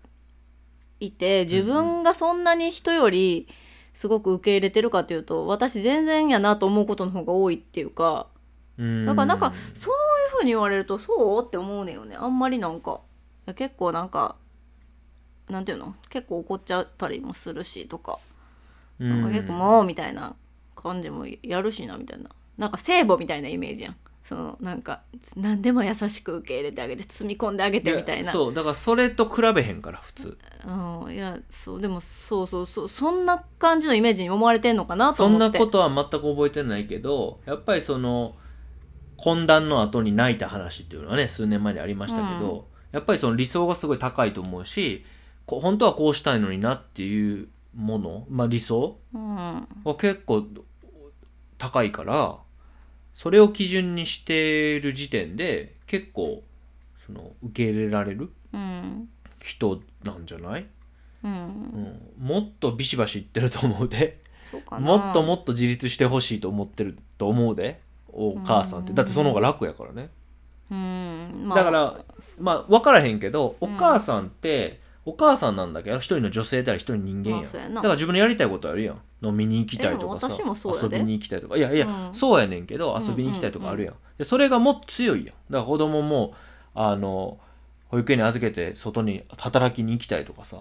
B: いて自分がそんなに人よりすごく受け入れてるかというと私全然やなと思うことの方が多いっていうか
A: うん
B: だからなんかそういうふうに言われるとそうって思うねんよねあんまりなんかいや結構なんかなんていうの結構怒っちゃったりもするしとか
A: う
B: なん
A: ん
B: か結構もうみたいな感じもやるしなみたいななんか聖母みたいなイメージやんそのなんか何でも優しく受け入れてあげて包み込んであげてみたい
A: い
B: な
A: やそうだからそれと比べへんから普通
B: うん、いやそうでもそうそうそうそんな感じのイメージに思われてんのかなと
A: そ
B: 思
A: ん
B: っ
A: な
B: て
A: ことは全く覚えてないけどやっぱりその懇談の後に泣いた話っていうのはね数年前にありましたけど、やっぱりその理想がすごい高いと思うしこ本当はこうしたいのになっていうもの、まあ、理想
B: うん
A: は結構高いからそれを基準にしてる時点で結構その受け入れられる
B: うん
A: 人なんじゃない、
B: う
A: うんん、もっとビシバシいってると思うで。
B: そうかな
A: もっともっと自立してほしいと思ってると思うでお母さんってだってその方が楽やからね
B: うん、まあ、
A: だからまあ分からへんけどお母さんってお母さんなんだけど一人の女性であり一人の人間や
B: まあ
A: ん
B: そうや
A: だ
B: な
A: から自分のやりたいことあるやん飲みに行きたいとかさ
B: えでも私もそうや
A: 遊
B: で
A: びに行きたいとかいやいや
B: うん
A: そうやねんけど遊びに行きたいとかあるやんでそれがもっと強いやんだから子供もあの保育園に預けて外に働きに行きたいとかさ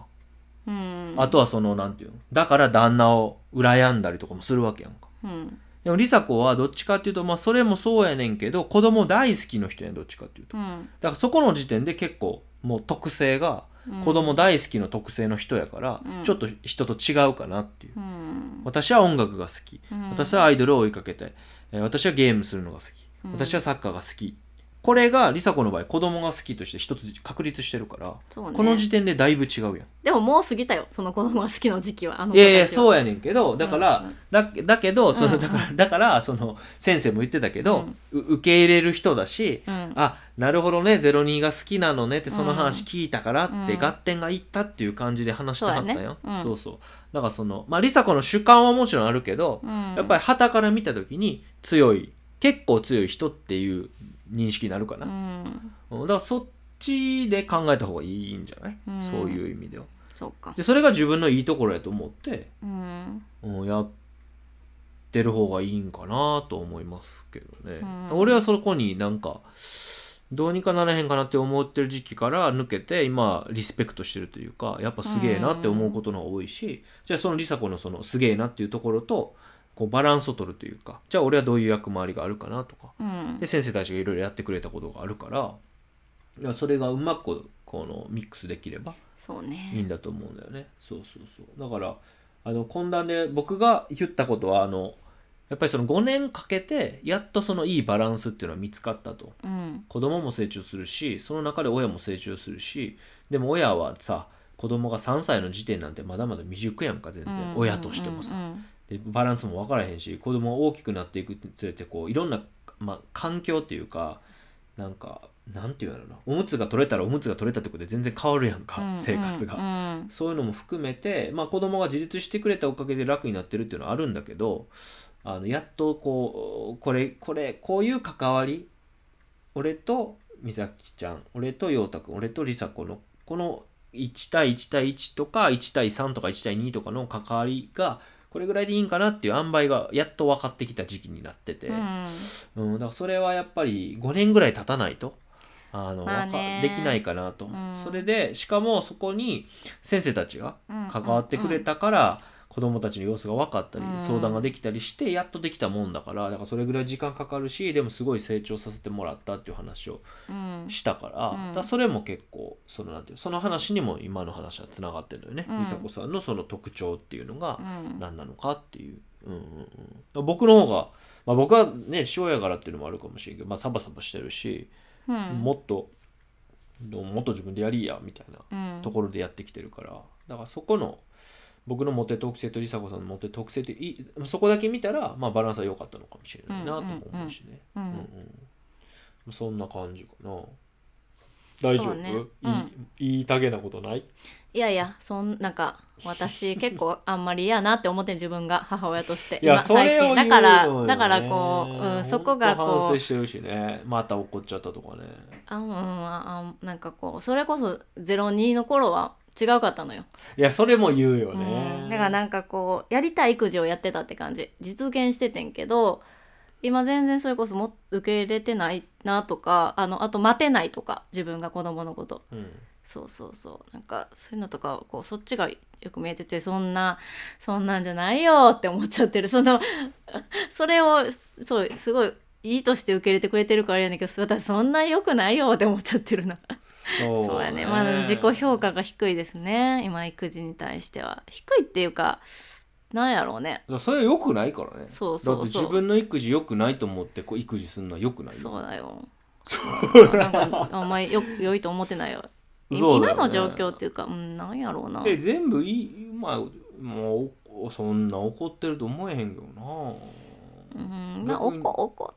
B: うん、
A: あとはそのなんていうのだから旦那を羨んだりとかもするわけやんか
B: うん、
A: でも梨紗子はどっちかっていうとまあそれもそうやねんけど子供大好きの人やんどっちかっていうと
B: うん、
A: だからそこの時点で結構もう特性が
B: うん
A: 子供大好きの特性の人やから
B: うん
A: ちょっと人と違うかなっていう
B: うん、
A: 私は音楽が好き
B: うん
A: 私はアイドルを追いかけたいえー私はゲームするのが好き
B: うん
A: 私はサッカーが好きこれが梨紗子の場合子供が好きとして一つ確立してるから
B: そうね
A: この時点でだいぶ違うやん
B: でももう過ぎたよその子供が好きの時期はあの
A: いやいや
B: う
A: そうやねんけどだから、
B: うんうん
A: だだけどそ
B: うん
A: の
B: うん
A: だからだからその先生も言ってたけど、う受け入れる人だし、
B: うん
A: あなるほどね02が好きなのねってその話
B: うん
A: 聞いたからって、
B: うん
A: 合点がいったっていう感じで話してはったん
B: そう
A: よ
B: やね
A: そう,、
B: うん
A: そうだからそのまあ梨紗子の主観はもちろんあるけど、
B: うん
A: やっぱり旗から見た時に強い結構強い人っていう認識になるか
B: う
A: な、
B: ん
A: うんだからそっちで考えた方がいいんじゃない、
B: うん
A: そういう意味では。
B: そうか
A: でそれが自分のいいところやと思って、
B: うん
A: うん、やってる方がいいんかなと思いますけどね、
B: うん
A: 俺はそこになんかどうにかならへんかなって思ってる時期から抜けて今リスペクトしてるというかやっぱすげえなって思うことの方が多いし、じゃあその梨紗子のそのすげえなっていうところとこうバランスを取るというかじゃあ俺はどういう役回りがあるかなとか
B: うん
A: で先生たちがいろいろやってくれたことがあるからいやそれがうまくこのミックスできれば
B: そう
A: いい
B: ね
A: んだと思うんだよね。そうそうそう。だから、あの、懇談で僕が言ったことは、あの、やっぱりその5年かけて、やっとそのいいバランスっていうのは見つかったと。
B: うん
A: 子供も成長するし、その中で親も成長するし、でも親はさ、子供が3歳の時点なんてまだまだ未熟やんか、全然。
B: うん
A: 親としても
B: う
A: さ。
B: ん
A: で、バランスも分からへんし、子供が大きくなっていくにつれて、こう、いろんな、まあ、環境っていうか、なんか、なんていうのかな。おむつが取れたらおむつが取れたってことで全然変わるやんか、
B: うん
A: 生活が。
B: うん
A: そういうのも含めて、まあ、子供が自立してくれたおかげで楽になってるっていうのはあるんだけどあのやっとこうこれこれこういう関わり俺と美咲ちゃん俺と陽太くん俺と梨紗子のこの1対1対1とか1対3とか1対2とかの関わりがこれぐらいでいいんかなっていう塩梅がやっと分かってきた時期になってて、
B: うん
A: うん、だからそれはやっぱり5年ぐらい経たないとあの、
B: まあ
A: わか
B: ね
A: できないかなと、
B: ん
A: それでしかもそこに先生たちが
B: うん
A: 関わってくれたから、子供たちの様子が分かったり、
B: うん
A: 相談ができたりしてやっとできたもんだからだからそれぐらい時間かかるしでもすごい成長させてもらったっていう話を
B: うん
A: したから,、
B: うん
A: だからそれも結構そのなんていうその話にも今の話はつながってるのよね、
B: うん
A: 美佐子さんのその特徴っていうのが
B: うん
A: 何なのかっていう,、うんうんうん、だから僕の方が、まあ、僕はね塩やからっていうのもあるかもしれんけど、まあ、サバサバしてるし、
B: うん
A: もっとどうもっと自分でやりやみたいな
B: うん
A: ところでやってきてるからだからそこの僕のモテ特性と梨紗子さんのモテ特性っていそこだけ見たら、まあ、バランスは良かったのかもしれないなとも思うしね、
B: うんうんうん
A: うんうんそんな感じかな大丈
B: そ
A: 夫、
B: うね
A: いい
B: うん
A: 言いたげなことない
B: いやいやそんなんか私結構あんまり嫌なって思ってん自分が母親として
A: いや
B: 今
A: それ
B: 最
A: を言
B: 近
A: うの
B: だ
A: よ
B: から
A: ね
B: だからこう、うん、そこが
A: ほんと
B: こ
A: 反省
B: う
A: してるしねまた怒っちゃったとかね
B: あうんああなんかこうそれこそ02の頃は違うかったのよ、
A: いやそれも言うよ
B: う
A: ね
B: んだからなんかこうやりたい育児をやってたって感じ実現しててんけど今全然それこそも受け入れてないなとかあのあと待てないとか自分が子供のこと
A: うん
B: そうそうそうなんかそういうのとかこうそっちがよく見えててそんなそんなんじゃないよって思っちゃってるその [LAUGHS] それをそうすごいいいとして受け入れてくれてるからあれやねんけど私そんな良くないよって思っちゃってるな
A: そう
B: そうやねまあ自己評価が低いですね今育児に対しては低いっていうかなんやろうね
A: だからそれは良くないからね
B: そうそうそう
A: だって自分の育児良くないと思ってこう育児するのは良くないよ
B: そうだよ
A: そうだ
B: なんかあんまりよ良いと思ってないよい
A: そうだよね
B: 今の状況っていうかうんなんやろうな
A: [LAUGHS] え全部いいまあもうそんな怒ってると思えへんけどな
B: うんまあ
A: 逆に
B: 怒怒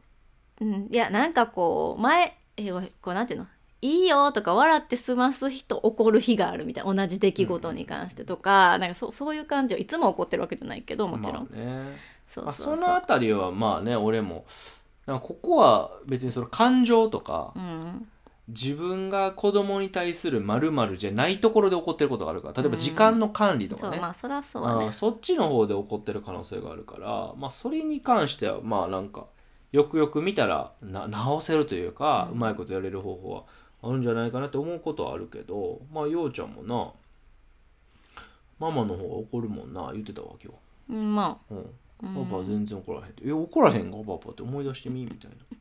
B: うんいやなんかこう前えわこうなんていうのいいよとか笑って済ます人怒る日があるみたいな同じ出来事に関してとか、なんかそそういう感じをいつも怒ってるわけじゃないけどもちろん、
A: まあね
B: そう
A: まあ
B: そ
A: そう
B: そう
A: のあたりはまあね俺もなんかここは別にその感情とか、
B: うん
A: 自分が子供に対する〇〇じゃないところで怒ってることがあるから例えば時間の管理と
B: そ
A: か
B: う
A: ね、
B: まあそりゃそうだね
A: あーそっちの方で怒ってる可能性があるから、まあ、それに関してはまあなんかよくよく見たらな直せるというか、うまいことやれる方法はあるんじゃないかなって思うことはあるけどまあようちゃんもなママの方が怒るもんな言ってたわ今
B: うんま
A: 日、うん
B: あ、うん、
A: パパ全然怒らへんって「え怒らへんかパパ」って思い出してみみたいな。うん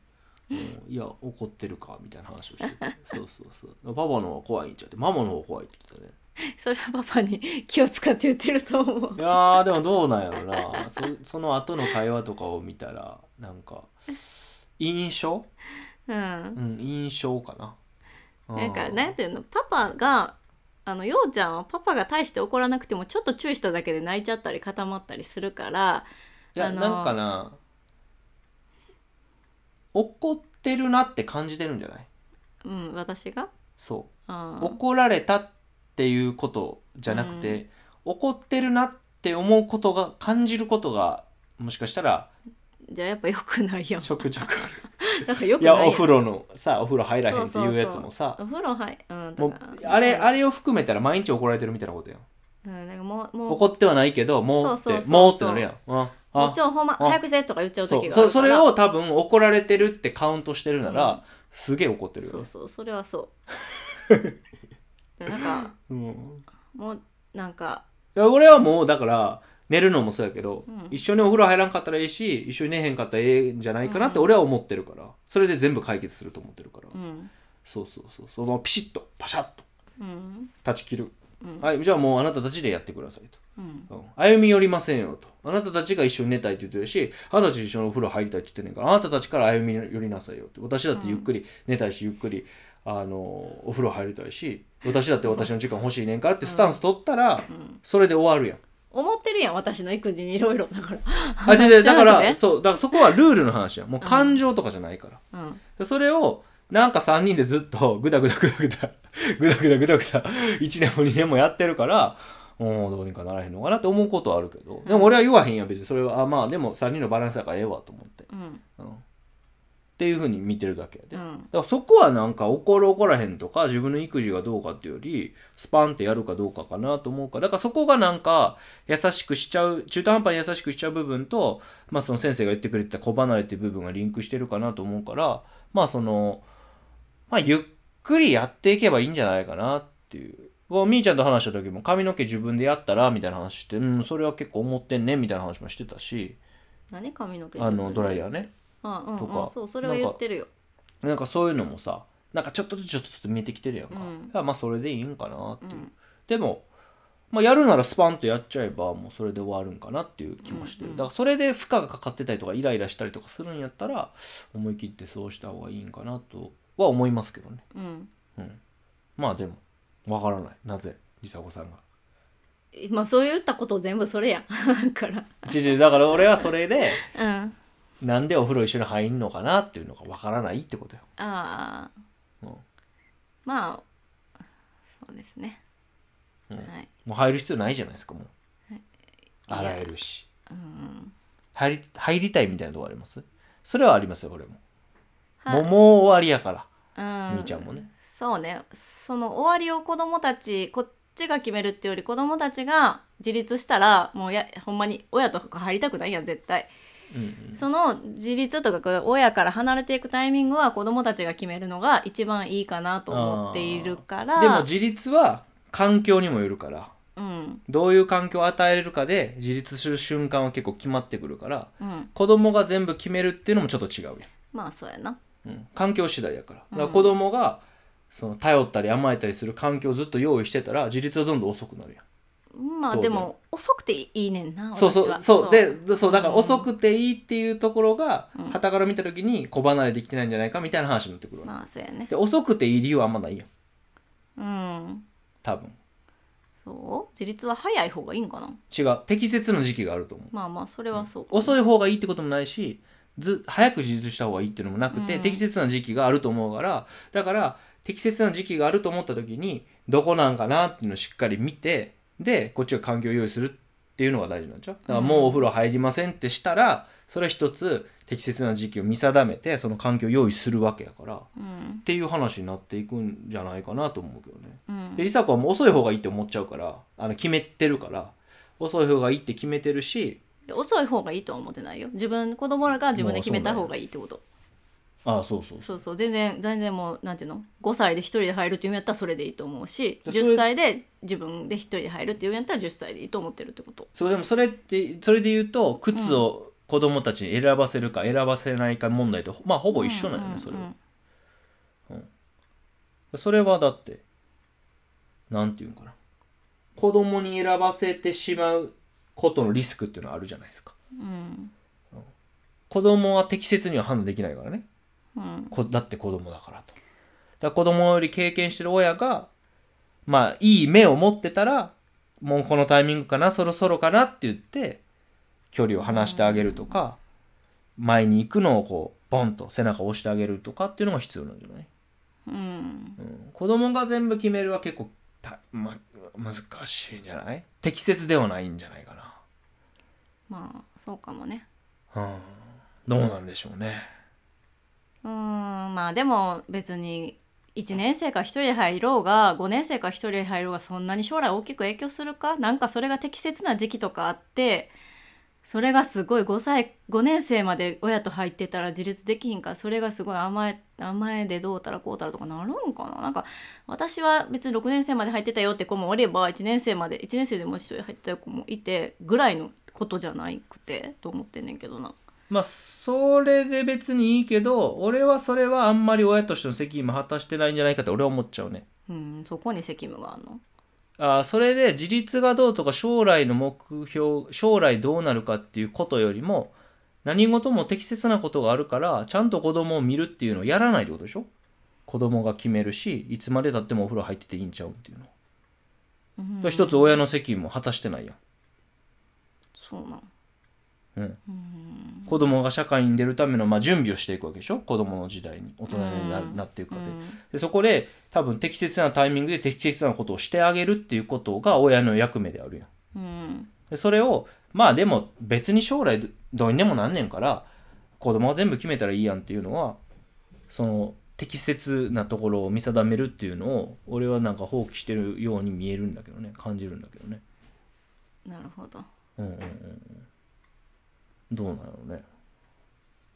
A: いや怒ってるかみたいな話をしてて
B: [LAUGHS]
A: そうそうそうパパの方が怖いんちゃってママの方が怖いって言ってたね
B: それはパパに気を使って言ってると思う
A: いやーでもどうなんやろなそその後の会話とかを見たらなんか印象
B: うん
A: うん印象かな
B: なん
A: ね
B: かなんていうのパパがあのようちゃんはパパが大して怒らなくてもちょっと注意しただけで泣いちゃったり固まったりするから
A: いや、
B: あのー
A: なんかな怒ってるなって感じてるんじゃない
B: うん私が
A: そうう、
B: ん
A: 怒られたっていうことじゃなくて、怒ってるなって思うことが感じることがもしかしたら
B: じゃあやっぱ良くない
A: [LAUGHS]
B: やん
A: ちょくちょくあ
B: なんか良
A: る
B: く
A: いや
B: な
A: お
B: いやん
A: 風呂のさお風呂入らへんっていうやつもさ
B: お風呂入うん
A: も
B: と
A: う
B: か
A: あれあれを含めたら毎日怒られてるみたいなことやん
B: うんなんかもうもう
A: 怒ってはないけどもうって
B: そうそうそうそう
A: もうってなるやんうん
B: もう
A: あ
B: ちょほんま早くしてとか言っちゃう
A: そ
B: 時
A: う
B: があ
A: そ
B: るから
A: それを多分怒られてるってカウントしてるなら、
B: うん
A: すげえ怒ってるよ
B: そ
A: ね
B: うそうそれはそう
A: [LAUGHS]
B: でなんか
A: うん、い
B: もうなんか
A: や俺はもうだから寝るのもそうやけど、
B: うん
A: 一緒にお風呂入らんかったらいいし一緒に寝へんかったらええんじゃないかなって俺は思ってるから、それで全部解決すると思ってるから、
B: うん
A: そうそうそうそのままピシッとパシャッと
B: うん
A: 断ち切る、
B: うん
A: はいじゃあもうあなたたちでやってくださいと
B: うん
A: うん歩み寄りませんよと。あなたたちが一緒に寝たいって言ってるし、あなたたち一緒にお風呂入りたいって言ってんねんから、あなたたちから歩み寄りなさいよって。私だってゆっくり寝たいし、ゆっくり、あの、お風呂入りたいし、私だって私の時間欲しいねんからってスタンス取ったら、それで終わるやん。
B: 思ってるやん私の育児にいろいろだから
A: あ、違う
B: [LAUGHS]
A: 違う、だか
B: 違う
A: ら、
B: ね
A: そう、だからそこはルールの話やん。もう感情とかじゃないから。
B: うん
A: でそれをなんか3人でずっとグダグダグダグダグダグダグダグダ1年も2年もやってるからもうどうにかならへんのかなって思うことはあるけどでも俺は言わへんやん別にそれはあまあでも3人のバランスだからええわと思って、
B: うん
A: うんっていうふうに見てるだけで、
B: う
A: だか
B: ん
A: らそこはなんか怒る怒らへんとか自分の育児がどうかっていうよりスパンってやるかどうかかなと思うからだからそこがなんか優しくしちゃう中途半端に優しくしちゃう部分と、まあ、その先生が言ってくれてた子離れっていう部分がリンクしてるかなと思うからまあそのまあゆっくりやっていけばいいんじゃないかなっていう。こうみーちゃんと話した時も髪の毛自分でやったらみたいな話して、うん、それは結構思ってんねみたいな話もしてたし
B: 何髪の毛
A: あのドライヤ
B: ー
A: ーね
B: あ、うんうん、
A: とか
B: そうそれは言ってるよ
A: なんかそういうのもさなんかちょっとずつちょっとずつ見えてきてるやんか,、
B: うん
A: だからまあそれでいいんかなっていう、
B: うん
A: でも、まあ、やるならスパンとやっちゃえばもうそれで終わるんかなっていう気もしてる、
B: うんうん
A: だからそれで負荷がかかってたりとかイライラしたりとかするんやったら思い切ってそうした方がいいんかなとは思いますけどね
B: うん
A: まあでもわからないなぜりさこさん
B: [LAUGHS]
A: が。
B: まあそう言ったこと全部それや [LAUGHS] だから
A: 違う違うだから俺はそれで
B: うんあ
A: なんでお風呂一緒に入んのかなっていうのがわからないってことよ。
B: あー、
A: うん
B: まあそうですね、
A: うん
B: はい
A: もう入る必要ないじゃないですかもう。
B: や
A: 洗えるし。
B: うん
A: 入り入りたいみたいなとこありますそれはありますよ俺も、
B: は
A: も
B: い
A: うもう終わりやから、
B: うん
A: みーちゃんもね
B: そうねその終わりを子供たちこっちが決めるっていうより子供たちが自立したらもうやほんまに親と入りたくないやん絶対
A: うんうん
B: その自立とかこう親から離れていくタイミングは子供たちが決めるのが一番いいかなと思っているから
A: でも自立は環境にもよるから
B: うん
A: どういう環境を与えれるかで自立する瞬間は結構決まってくるから
B: うん
A: 子供が全部決めるっていうのもちょっと違うやん
B: まあそうやな
A: うん、環境次第やからだから子供がその頼ったり甘えたりする環境をずっと用意してたら自立はどんどん遅くなるやん
B: まあ
A: 当
B: で
A: 然
B: も遅くていいねんな
A: そう
B: 私
A: そう
B: は
A: そうでそうだから
B: うん
A: 遅くていいっていうところが
B: うん
A: 傍から見た時に子離れできてないんじゃないかみたいな話になってくるわけ
B: まあそうやね
A: で遅くていい理由はあんまないやん
B: うん
A: 多分
B: そう自立は早い方がいいんかな
A: 違う適切な時期があると思う
B: まあまあそれはそうかな
A: 遅い方がいいってこともないしず早く自立した方がいいっていうのもなくて、
B: うん
A: 適切な時期があると思うからだから適切な時期があると思った時にどこなんかなっていうのをしっかり見てでこっちが環境を用意するっていうのが大事なんちゃうだからもうお風呂入りませんってしたらそれは一つ適切な時期を見定めてその環境を用意するわけやからっ
B: うん
A: ていう話になっていくんじゃないかなと思うけどね。
B: うん
A: で梨紗子はもう遅い方がいいって思っちゃうからあの決めてるから遅い方がいいって決めてるし
B: で遅い方がいいとは思ってないよ自分子供らが自分で決めた方がいいってこと
A: ああそうそう
B: そうそう全然全然もうなんていうの5歳で1人で入るっていうんやったらそれでいいと思うし
A: でそれ
B: 10歳で自分で1人で入るっていうんやったら10歳でいいと思ってるってこと
A: そうでもそれってそれで言うと靴を子供たちに選ばせるか選ばせないか問題とまあほぼ一緒なんよねそれは、
B: うん
A: それはだってなんていうんかな子供に選ばせてしまうことのリスクっていうのはあるじゃないですか
B: うん
A: 子供は適切には判断できないからね
B: うん
A: こだって子供だからと。だから子供より経験してる親がまあいい目を持ってたらもうこのタイミングかなそろそろかなって言って距離を離してあげるとか、前に行くのをこうポンと背中を押してあげるとかっていうのが必要なんじゃない、
B: うん
A: うん、子供が全部決めるは結構た、ま、難しいんじゃない適切ではないんじゃないか
B: まあそうかもね
A: な。うん、どうなんでしょうね。
B: うんまあでも別に1年生から1人で入ろうが5年生から1人で入ろうがそんなに将来大きく影響するかなんかそれが適切な時期とかあってそれがすごい5歳5年生まで親と入ってたら自立できひんからそれがすごい甘え甘えでどうたらこうたらとかなるんかななんか私は別に6年生まで入ってたよって子もおれば1年生まで1年生でもう一人入ってた子もいてぐらいのことじゃないくてと思ってんねんけどな。
A: まあそれで別にいいけど俺はそれはあんまり親としての責務果たしてないんじゃないかって俺は思っちゃうね
B: うんそこに責務があるの。
A: あーそれで自立がどうとか将来の目標将来どうなるかっていうことよりも何事も適切なことがあるからちゃんと子供を見るっていうのをやらないってことでしょ子供が決めるしいつまでたってもお風呂入ってていいんちゃうっていうのだか
B: うん
A: ら一つ親の責務を果たしてないやん
B: そうなん
A: うん
B: うん
A: 子供が社会に出るためのまあ準備をしていくわけでしょ子供の時代に大人にな
B: うん
A: なっていく過程
B: うん
A: でそこで多分適切なタイミングで適切なことをしてあげるっていうことが親の役目であるやん。
B: うん
A: でそれをまあでも別に将来どどうにでもなんねんから子供は全部決めたらいいやんっていうのはその適切なところを見定めるっていうのを俺はなんか放棄してるように見えるんだけどね感じるんだけどね
B: なるほど
A: うんうんうんうんどうなのね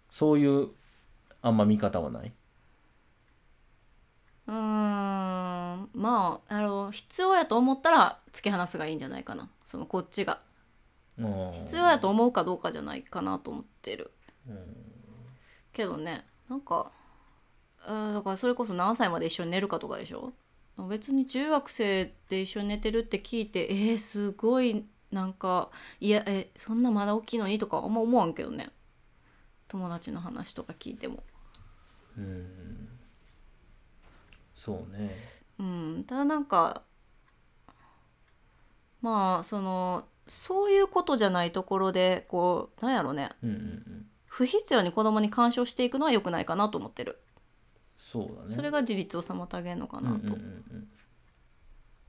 A: そういうあんま見方はないう
B: ーんまああの必要やと思ったら突き放すがいいんじゃないかなそのこっちが必
A: 必
B: 要やと思うかどうかじゃないかなと思ってる
A: うん
B: けどねなんかうんだからそれこそ何歳まで一緒に寝るかとかでしょ別に中学生で一緒に寝てるって聞いてえー、すごいなんかいやえそんなまだ大きいのにとかあんま思わんけどね友達の話とか聞いても
A: うんそうね
B: うんただなんかまあそのそういうことじゃないところでこうなんやろね
A: うんうんうん
B: 不必要に子供に干渉していくのは良くないかなと思ってる
A: そうだね
B: それが自立を妨げるのかなと、
A: うんうんうんうん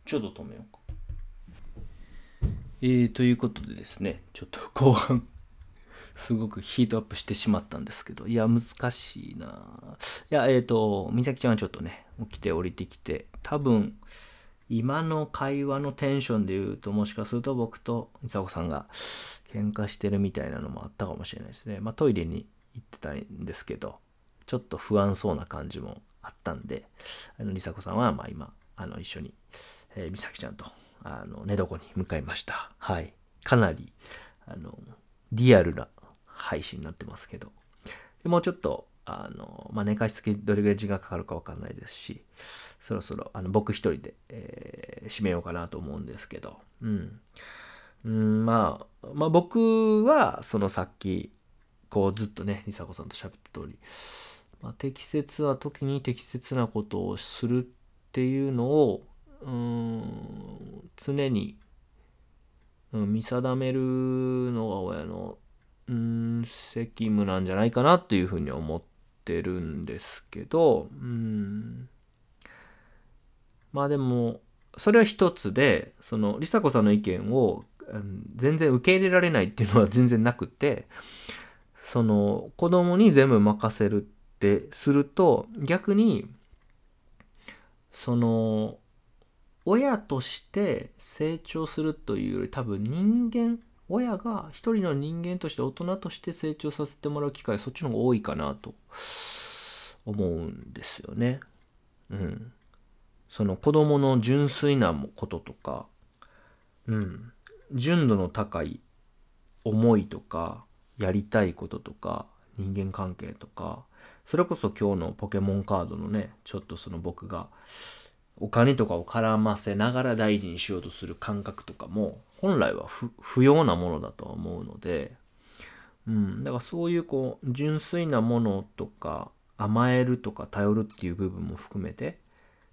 A: ちょっと止めようか。えーということでですねちょっと後半 [LAUGHS] すごくヒートアップしてしまったんですけどいや難しいないやえっ、と美咲ちゃんはちょっとね起きて降りてきて多分今の会話のテンションで言うともしかすると僕と美佐子さんが喧嘩してるみたいなのもあったかもしれないですねまあトイレに行ってたんですけどちょっと不安そうな感じもあったんであの、りさこさんは、まあ今、あの、一緒に、えー、みさきちゃんと、あの、寝床に向かいました。はい。かなり、あの、リアルな配信になってますけど。でもうちょっと、あの、まあ、寝かしつけどれぐらい時間かかるかわかんないですし、そろそろ、あの、僕一人で、えー締めようかなと思うんですけど、うん。うん、まあ、まあ僕は、そのさっき、こうずっとね、りさこさんと喋った通り、まあ、適切な時に適切なことをするっていうのをうーん常に、うん、見定めるのが親のうーん責務なんじゃないかなっていうふうに思ってるんですけどうんまあでもそれは一つでその梨紗子さんの意見をうん全然受け入れられないっていうのは全然なくてその子供に全部任せるってすると逆にその親として成長するというより多分人間親が一人の人間として大人として成長させてもらう機会そっちの方が多いかなと思うんですよね。うん。その子供の純粋なこととか、うん。純度の高い思いとか、やりたいこととか、人間関係とか、それこそ今日のポケモンカードのね、ちょっとその僕がお金とかを絡ませながら大事にしようとする感覚とかも、本来は不不要なものだとは思うので、うん、だからそういうこう、純粋なものとか、甘えるとか頼るっていう部分も含めて、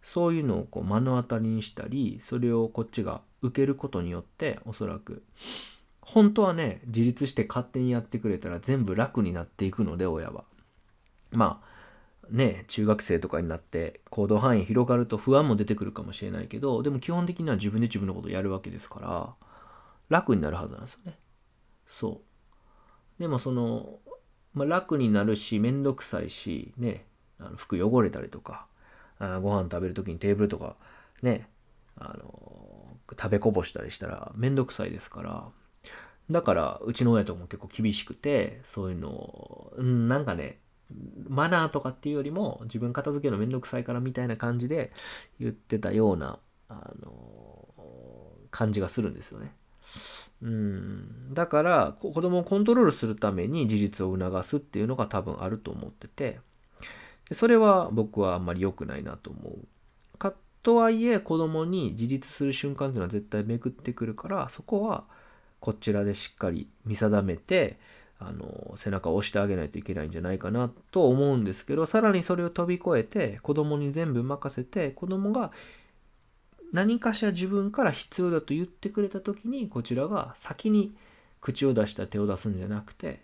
A: そういうのをこう目の当たりにしたり、それをこっちが受けることによって、おそらく、本当はね、自立して勝手にやってくれたら全部楽になっていくので、親は。まあね中学生とかになって行動範囲広がると不安も出てくるかもしれないけどでも基本的には自分で自分のことをやるわけですから楽になるはずなんですよねそうでもその、まあ、楽になるし面倒くさいしねあの服汚れたりとかあーご飯食べる時にテーブルとかねあの食べこぼしたりしたら面倒くさいですからだからうちの親とかも結構厳しくてそういうのを、うん、なんかねマナーとかっていうよりも自分片付けるのめんどくさいからみたいな感じで言ってたような、あの感じがするんですよね。うんだからこ子供をコントロールするために事実を促すっていうのが多分あると思っててでそれは僕はあんまり良くないなと思う。かとはいえ子供に自立する瞬間っていうのは絶対めくってくるからそこはこちらでしっかり見定めてあの背中を押してあげないといけないんじゃないかなと思うんですけどさらにそれを飛び越えて子供に全部任せて子供が何かしら自分から必要だと言ってくれた時にこちらが先に口を出したら手を出すんじゃなくて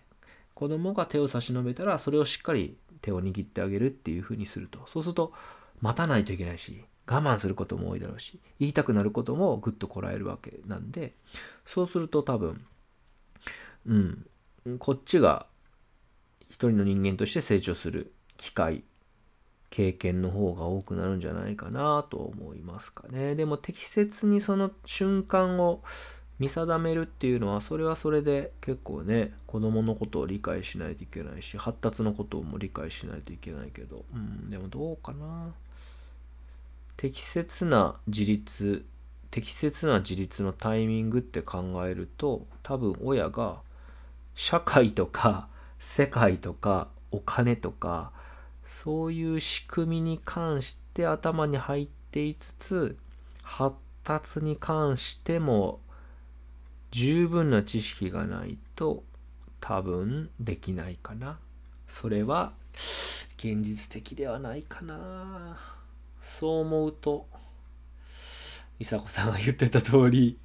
A: 子供が手を差し伸べたらそれをしっかり手を握ってあげるっていうふうにするとそうすると待たないといけないし我慢することも多いだろうし言いたくなることもぐっとこらえるわけなんでそうすると多分うんこっちが一人の人間として成長する機会経験の方が多くなるんじゃないかなと思いますかね。でも適切にその瞬間を見定めるっていうのはそれはそれで結構ね子供のことを理解しないといけないし発達のことも理解しないといけないけど、うん、でもどうかな適切な自立適切な自立のタイミングって考えると多分親が社会とか世界とかお金とかそういう仕組みに関して頭に入っていつつ発達に関しても十分な知識がないと多分できないかなそれは現実的ではないかなそう思うといさこさんが言ってた通り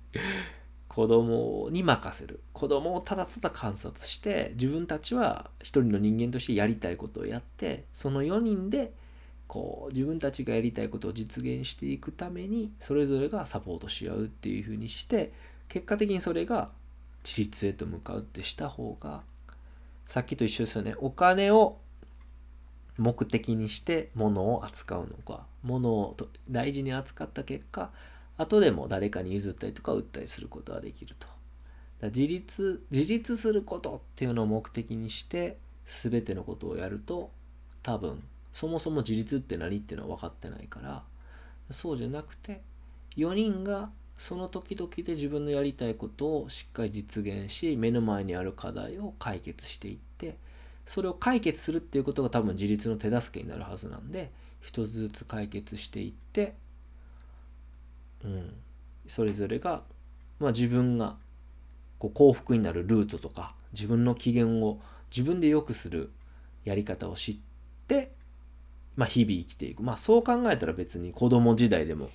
A: 子供に任せる子供をただただ観察して自分たちは一人の人間としてやりたいことをやってその4人でこう自分たちがやりたいことを実現していくためにそれぞれがサポートし合うっていうふうにして結果的にそれが自立へと向かうってした方がさっきと一緒ですよねお金を目的にして物を扱うのか物をと大事に扱った結果後でも誰かに譲ったりとか売ったりすることはできるとだから自立自立することっていうのを目的にして全てのことをやると多分そもそも自立って何っていうのは分かってないからそうじゃなくて4人がその時々で自分のやりたいことをしっかり実現し目の前にある課題を解決していってそれを解決するっていうことが多分自立の手助けになるはずなんで一つずつ解決していって、うん、それぞれが、まあ、自分がこう幸福になるルートとか自分の機嫌を自分で良くするやり方を知って、まあ、日々生きていく、まあ、そう考えたら別に子供時代でも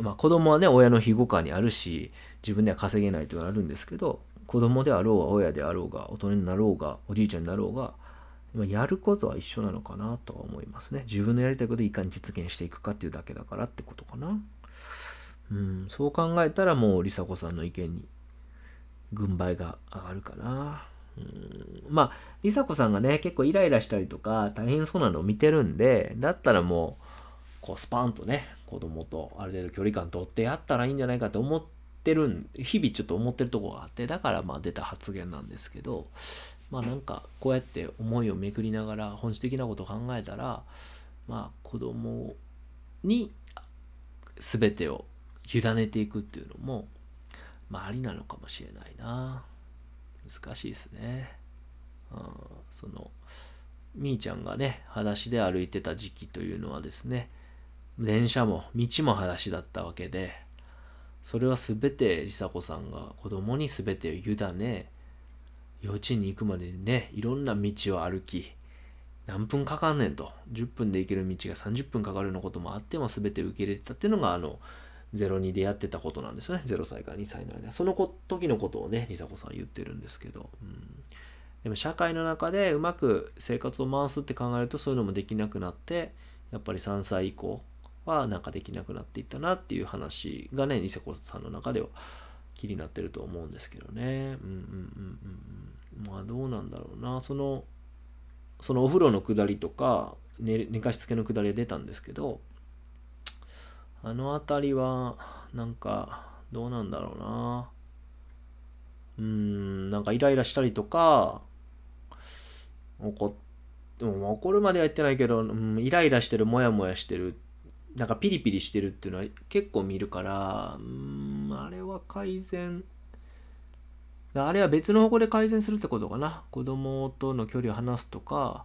A: まあ、子供はね親の庇護下にあるし自分では稼げないというのはあるんですけど子供であろうが親であろうが大人になろうがおじいちゃんになろうがまあやることは一緒なのかなとは思いますね自分のやりたいことをいかに実現していくかっていうだけだからってことかなうんそう考えたらもう梨紗子さんの意見に軍配が上がるかなうんまあ梨紗子さんがね結構イライラしたりとか大変そうなのを見てるんでだったらもうこうスパンとね子供とある程度距離感取ってやったらいいんじゃないかと思ってるん日々ちょっと思ってるとこがあってだからまあ出た発言なんですけどまあなんかこうやって思いをめくりながら本質的なことを考えたらまあ子供に全てを委ねていくっていうのもまあありなのかもしれないな難しいですね。うん、そのみーちゃんがね裸足で歩いてた時期というのはですね電車も道も裸足だったわけでそれは全て梨紗子さんが子供に全てを委ね幼稚園に行くまでにねいろんな道を歩き何分かかんねんと10分で行ける道が30分かかるようなこともあっても全て受け入れてたっていうのがあの02でやってたことなんですよね0歳から2歳の間そのこ時のことをね梨紗子さんは言ってるんですけど、うん、でも社会の中でうまく生活を回すって考えるとそういうのもできなくなってやっぱり3歳以降はなんかできなくなっていったなっていう話がねニセコさんの中では気になってると思うんですけどねうんうんうんうんうんまあどうなんだろうなそのそのお風呂のくだりとか寝寝かしつけのくだりが出たんですけどあの辺りはなんかどうなんだろうなうーんなんかイライラしたりとか怒っうん怒るまでは言ってないけど、うん、イライラしてるモヤモヤしてるなんかピリピリしてるっていうのは結構見るからうんあれは改善あれは別の方向で改善するってことかな子供との距離を離すとか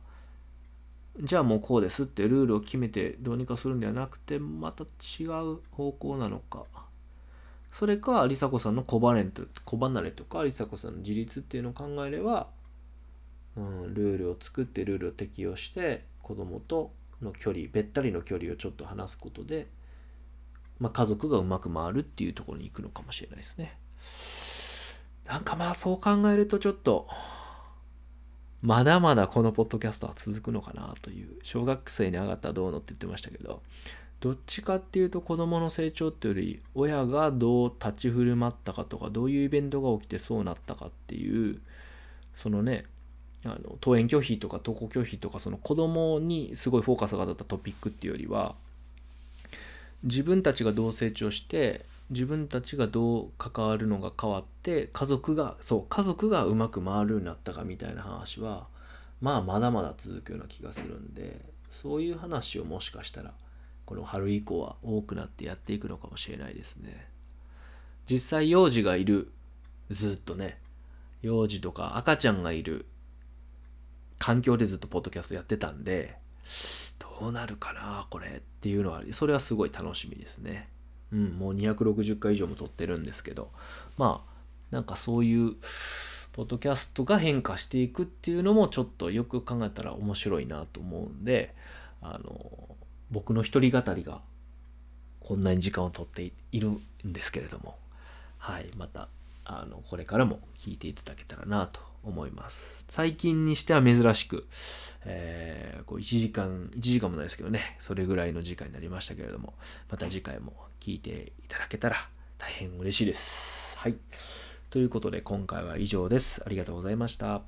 A: じゃあもうこうですってルールを決めてどうにかするんではなくてまた違う方向なのかそれか梨紗子さんの小離れと小離れとか梨紗子さんの自立っていうのを考えれば、うん、ルールを作ってルールを適用して子供との距離べったりの距離をちょっと離すことで、まあ、家族がうまく回るっていうところに行くのかもしれないですね。なんかまあそう考えるとちょっとまだまだこのポッドキャストは続くのかなという小学生に上がったらどうのって言ってましたけどどっちかっていうと子どもの成長っていうより親がどう立ち振る舞ったかとかどういうイベントが起きてそうなったかっていうそのねあの登園拒否とか登校拒否とかその子供にすごいフォーカスが当たったトピックっていうよりは自分たちがどう成長して自分たちがどう関わるのが変わって家族がそう家族がうまく回るようになったかみたいな話はまあまだまだ続くような気がするんでそういう話をもしかしたらこの春以降は多くなってやっていくのかもしれないですね実際幼児がいるずっとね幼児とか赤ちゃんがいる環境でずっとポッドキャストやってたんでどうなるかなこれっていうのはそれはすごい楽しみですねうんもう260回以上も撮ってるんですけどまあなんかそういうポッドキャストが変化していくっていうのもちょっとよく考えたら面白いなと思うんであの僕の一人語りがこんなに時間を取っているんですけれどもはいまたあのこれからも聞いていただけたらなと思います最近にしては珍しく、えーこう1時間1時間もないですけどねそれぐらいの時間になりましたけれどもまた次回も聞いていただけたら大変嬉しいですはいということで今回は以上ですありがとうございました